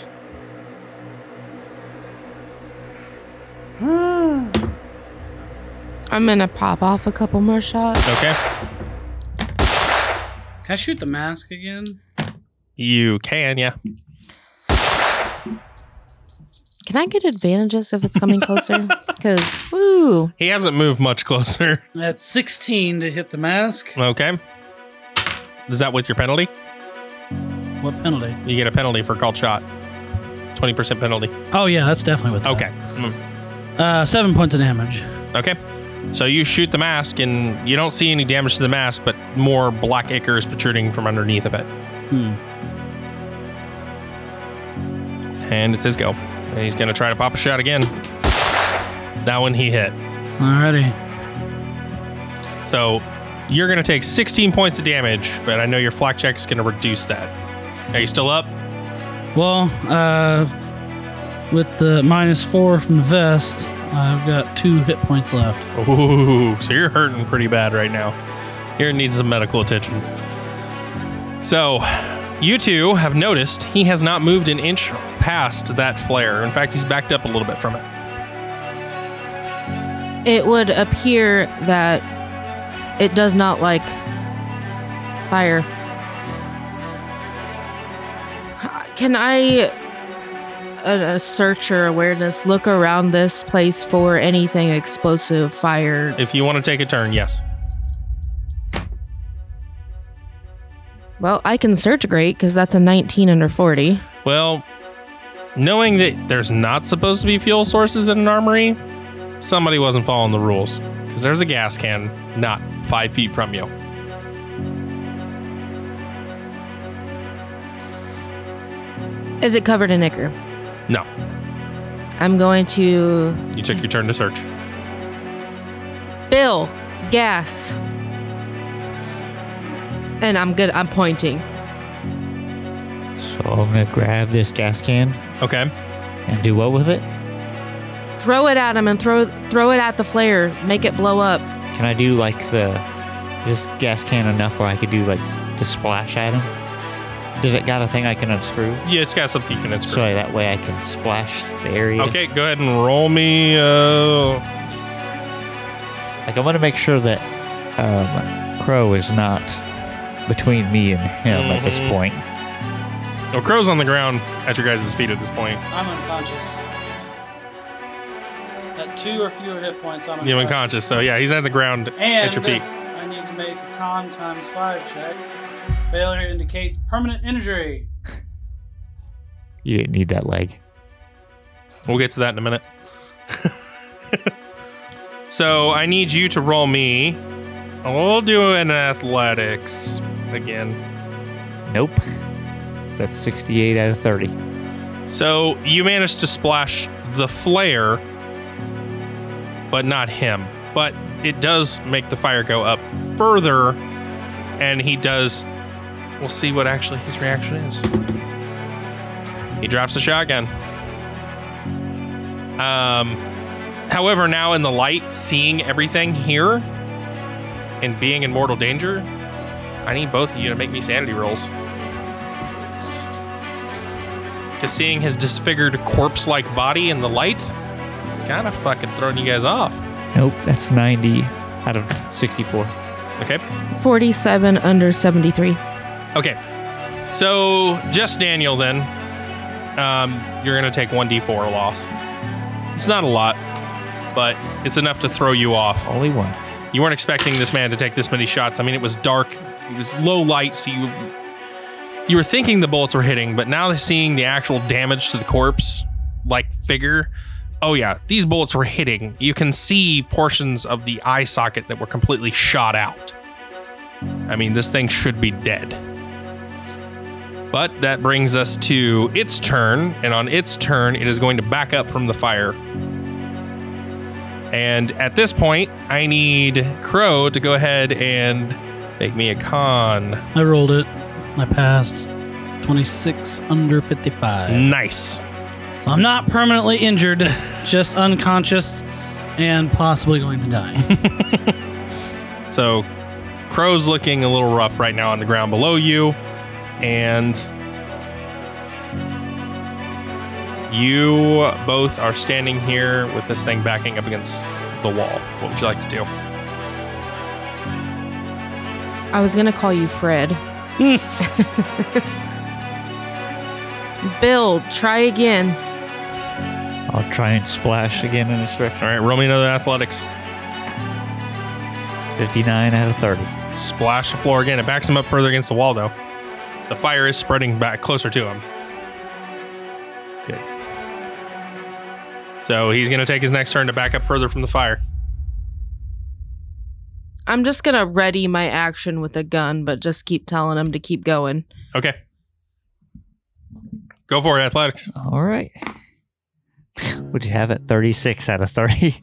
[SPEAKER 5] I'm gonna pop off a couple more shots.
[SPEAKER 2] Okay.
[SPEAKER 3] can I shoot the mask again?
[SPEAKER 2] You can, yeah.
[SPEAKER 5] Can I get advantages if it's coming closer? Because, woo.
[SPEAKER 2] He hasn't moved much closer.
[SPEAKER 3] That's 16 to hit the mask.
[SPEAKER 2] Okay. Is that with your penalty?
[SPEAKER 3] What penalty?
[SPEAKER 2] You get a penalty for called shot. 20% penalty.
[SPEAKER 3] Oh yeah, that's definitely with. that.
[SPEAKER 2] Okay. Mm.
[SPEAKER 3] Uh, seven points of damage.
[SPEAKER 2] Okay. So you shoot the mask and you don't see any damage to the mask, but more black ichor is protruding from underneath of it.
[SPEAKER 3] Hmm.
[SPEAKER 2] And it's his go. And he's going to try to pop a shot again. That one he hit.
[SPEAKER 3] Alrighty.
[SPEAKER 2] So you're going to take 16 points of damage, but I know your flak check is going to reduce that. Are you still up?
[SPEAKER 3] Well, uh, with the minus four from the vest, I've got two hit points left.
[SPEAKER 2] Ooh, so you're hurting pretty bad right now. You're needs some medical attention. So, you two have noticed he has not moved an inch past that flare. In fact, he's backed up a little bit from it.
[SPEAKER 5] It would appear that it does not like fire. Can I, a, a search or awareness, look around this place for anything explosive, fire?
[SPEAKER 2] If you want to take a turn, yes.
[SPEAKER 5] Well, I can search great because that's a 19 under 40.
[SPEAKER 2] Well, knowing that there's not supposed to be fuel sources in an armory, somebody wasn't following the rules because there's a gas can not five feet from you.
[SPEAKER 5] Is it covered in ichor?
[SPEAKER 2] No.
[SPEAKER 5] I'm going to
[SPEAKER 2] You took your turn to search.
[SPEAKER 5] Bill, gas. And I'm good. I'm pointing.
[SPEAKER 4] So I'm gonna grab this gas can
[SPEAKER 2] Okay.
[SPEAKER 4] and do what with it?
[SPEAKER 5] Throw it at him and throw throw it at the flare. Make it blow up.
[SPEAKER 4] Can I do like the this gas can enough where I could do like the splash item? Does it got a thing I can unscrew?
[SPEAKER 2] Yeah, it's got something you can
[SPEAKER 4] So
[SPEAKER 2] unscrew.
[SPEAKER 4] that way I can splash the area.
[SPEAKER 2] Okay, go ahead and roll me. Uh,
[SPEAKER 4] Like I want to make sure that um, Crow is not between me and him at this
[SPEAKER 2] Mhm.
[SPEAKER 4] point.
[SPEAKER 2] oh, crow's on the ground at your guys' feet at this point.
[SPEAKER 3] I'm unconscious. At two or fewer hit points, I'm
[SPEAKER 2] You're unconscious, so yeah, he's at the ground
[SPEAKER 3] And
[SPEAKER 2] at your feet.
[SPEAKER 3] I need to make a con times five check. Failure indicates permanent injury.
[SPEAKER 4] You didn't need that leg.
[SPEAKER 2] We'll get to that in a minute. so I need you to roll me. I'll do an athletics again.
[SPEAKER 4] Nope. That's 68 out of 30.
[SPEAKER 2] So you managed to splash the flare, but not him. But it does make the fire go up further, and he does. We'll see what actually his reaction is. He drops the shotgun. Um, however, now in the light, seeing everything here and being in mortal danger, I need both of you to make me sanity rolls. Because seeing his disfigured corpse like body in the light, it's kind of fucking throwing you guys off.
[SPEAKER 4] Nope. That's 90 out of 64.
[SPEAKER 2] Okay.
[SPEAKER 5] 47 under 73.
[SPEAKER 2] Okay. So, just Daniel then. Um, you're going to take 1d4 loss. It's not a lot, but it's enough to throw you off.
[SPEAKER 4] Only one.
[SPEAKER 2] You weren't expecting this man to take this many shots. I mean, it was dark. It was low light, so you you were thinking the bullets were hitting, but now they're seeing the actual damage to the corpse, like figure. Oh yeah, these bullets were hitting. You can see portions of the eye socket that were completely shot out. I mean, this thing should be dead. But that brings us to its turn, and on its turn, it is going to back up from the fire. And at this point, I need Crow to go ahead and make me a con.
[SPEAKER 3] I rolled it. I passed 26 under 55.
[SPEAKER 2] Nice.
[SPEAKER 3] So I'm not permanently injured, just unconscious and possibly going to die.
[SPEAKER 2] So Crow's looking a little rough right now on the ground below you. And you both are standing here with this thing backing up against the wall. What would you like to do?
[SPEAKER 5] I was going to call you Fred. Bill, try again.
[SPEAKER 4] I'll try and splash again in this
[SPEAKER 2] All
[SPEAKER 4] direction.
[SPEAKER 2] right, roll me another athletics.
[SPEAKER 4] 59 out of 30.
[SPEAKER 2] Splash the floor again. It backs him up further against the wall, though. The fire is spreading back closer to him.
[SPEAKER 4] Good.
[SPEAKER 2] So he's going to take his next turn to back up further from the fire.
[SPEAKER 5] I'm just going to ready my action with a gun, but just keep telling him to keep going.
[SPEAKER 2] Okay. Go for it, athletics.
[SPEAKER 4] All right. Would you have it? 36 out of 30.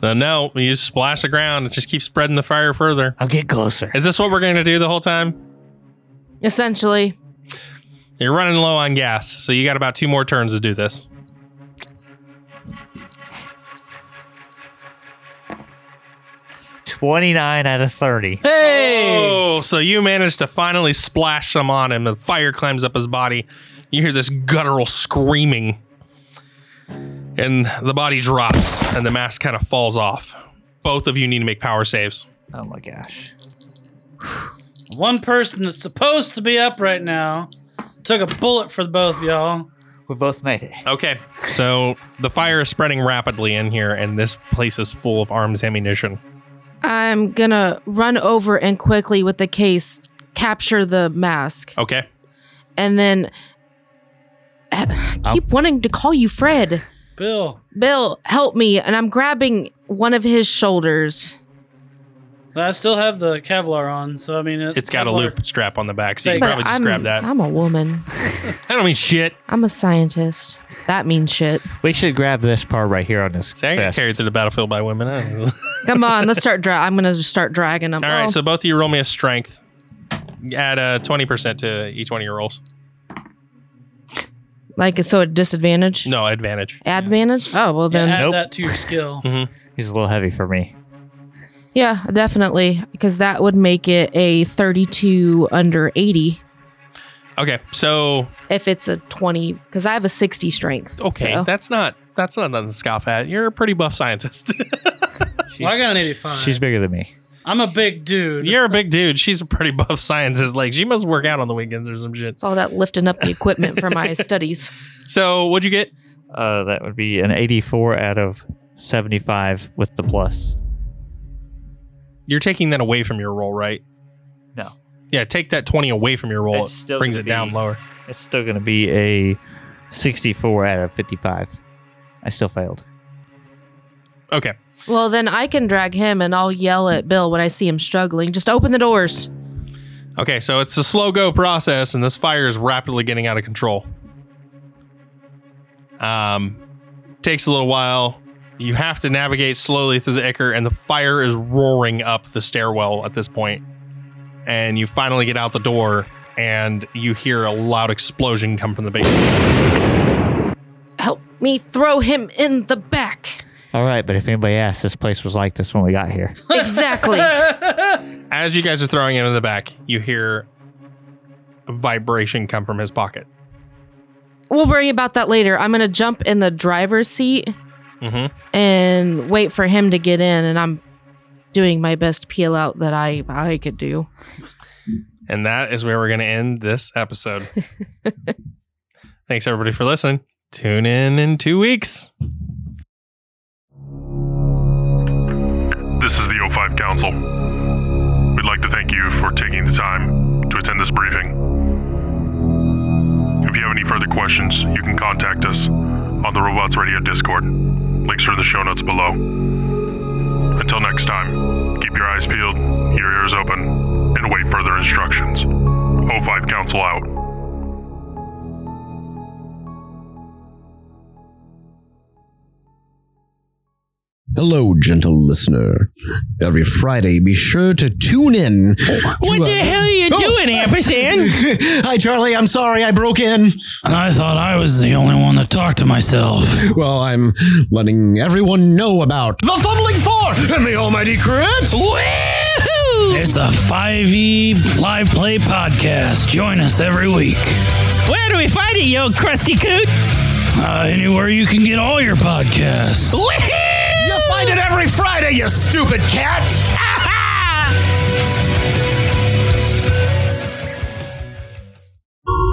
[SPEAKER 2] So no, you just splash the ground. It just keeps spreading the fire further.
[SPEAKER 4] I'll get closer.
[SPEAKER 2] Is this what we're going to do the whole time?
[SPEAKER 5] Essentially,
[SPEAKER 2] You're running low on gas, so you got about two more turns to do this.
[SPEAKER 4] Twenty-nine out of thirty.
[SPEAKER 2] Oh, so you managed to finally splash some on him. The fire climbs up his body. You hear this guttural screaming. And the body drops, and the mask kind of falls off. Both of you need to make power saves.
[SPEAKER 4] Oh my gosh!
[SPEAKER 3] One person that's supposed to be up right now took a bullet for the both of y'all.
[SPEAKER 4] We both made it.
[SPEAKER 2] Okay. So the fire is spreading rapidly in here, and this place is full of arms ammunition.
[SPEAKER 5] I'm going to run over and quickly with the case capture the mask.
[SPEAKER 2] Okay.
[SPEAKER 5] And then eh, keep wanting to call you Fred.
[SPEAKER 3] Bill,
[SPEAKER 5] Bill, help me. And I'm grabbing one of his shoulders.
[SPEAKER 3] So I still have the Kevlar on, so I mean, it,
[SPEAKER 2] It's got a
[SPEAKER 3] Kevlar-
[SPEAKER 2] loop strap on the back, so you
[SPEAKER 3] But
[SPEAKER 2] can probably just
[SPEAKER 5] I'm,
[SPEAKER 2] grab that.
[SPEAKER 5] I'm a woman.
[SPEAKER 2] I don't mean shit.
[SPEAKER 5] I'm a scientist. That means shit.
[SPEAKER 4] We should grab this part right here on this.
[SPEAKER 2] See, I got
[SPEAKER 4] vest.
[SPEAKER 2] carried to the battlefield by women. I don't know.
[SPEAKER 5] Come on, let's start. Dra- I'm gonna just start dragging them.
[SPEAKER 2] All right,
[SPEAKER 5] Oh,
[SPEAKER 2] so both of you roll me a strength. Add uh, 20% to each one of your rolls.
[SPEAKER 5] like so, a disadvantage.
[SPEAKER 2] No, advantage.
[SPEAKER 5] Advantage? Oh well,
[SPEAKER 3] Yeah,
[SPEAKER 5] then
[SPEAKER 3] add
[SPEAKER 4] Nope.
[SPEAKER 3] that to your skill.
[SPEAKER 4] He's a little heavy for me.
[SPEAKER 5] yeah, definitely, because that would make it a 32 under 80
[SPEAKER 2] Okay, so
[SPEAKER 5] if it's a 20. Because I have a 60 strength.
[SPEAKER 2] okay,
[SPEAKER 5] so-
[SPEAKER 2] that's not that's not nothing to scoff at. You're a pretty buff scientist.
[SPEAKER 4] She's,
[SPEAKER 3] Well, I got an 85.
[SPEAKER 4] she's bigger than me.
[SPEAKER 3] I'm a big dude.
[SPEAKER 2] You're a big dude. She's a pretty buff scientist. Like she must work out on the weekends or some shit.
[SPEAKER 5] it's all that lifting up the equipment for my studies.
[SPEAKER 2] So what'd you get?
[SPEAKER 4] Uh, that would be an 84 out of 75 with the plus.
[SPEAKER 2] You're taking that away from your roll, right?
[SPEAKER 4] No.
[SPEAKER 2] Yeah, take that 20 away from your roll.
[SPEAKER 4] It's still
[SPEAKER 2] It brings
[SPEAKER 4] gonna
[SPEAKER 2] it down
[SPEAKER 4] be-
[SPEAKER 2] lower.
[SPEAKER 4] It's still going to be a 64 out of 55. I still failed.
[SPEAKER 2] Okay.
[SPEAKER 5] Well, then I can drag him, and I'll yell at Bill when I see him struggling. Just open the doors.
[SPEAKER 2] Okay, so it's a slow go process, and this fire is rapidly getting out of control. Um, takes a little while. You have to navigate slowly through the ichor, and the fire is roaring up the stairwell at this point. And you finally get out the door, and you hear a loud explosion come from the basement.
[SPEAKER 5] Help me throw him in the back.
[SPEAKER 4] All right, but if anybody asks, this place was like this when we got here.
[SPEAKER 5] Exactly.
[SPEAKER 2] As you guys are throwing him in the back, you hear a vibration come from his pocket.
[SPEAKER 5] we'll worry about that later. I'm gonna jump in the driver's seat
[SPEAKER 2] hmm
[SPEAKER 5] and wait for him to get in, and I'm doing my best peel out that I I could do.
[SPEAKER 2] And that is where we're going to end this episode. Thanks, everybody, for listening. Tune in in two weeks.
[SPEAKER 1] This is the O5 Council. We'd like to thank you for taking the time to attend this briefing. If you have any further questions, you can contact us on the Robots Radio Discord. Links are in the show notes below. Until next time, keep your eyes peeled, your ears open, and await further instructions. O5 Council out.
[SPEAKER 7] Hello, gentle listener. Every Friday, be sure to tune in. what the hell are you doing, Ampersand? Hi, Charlie. I'm sorry I broke in.
[SPEAKER 3] And I thought I was the only one that talked to myself.
[SPEAKER 7] Well, I'm letting everyone know about the Fumbling Four and the Almighty Crit.
[SPEAKER 3] It's a 5e live play podcast. Join us every week.
[SPEAKER 8] Where do we find it, you old crusty coot?
[SPEAKER 3] Uh, anywhere you can get all your podcasts.
[SPEAKER 7] You'll find it every Friday, you stupid cat.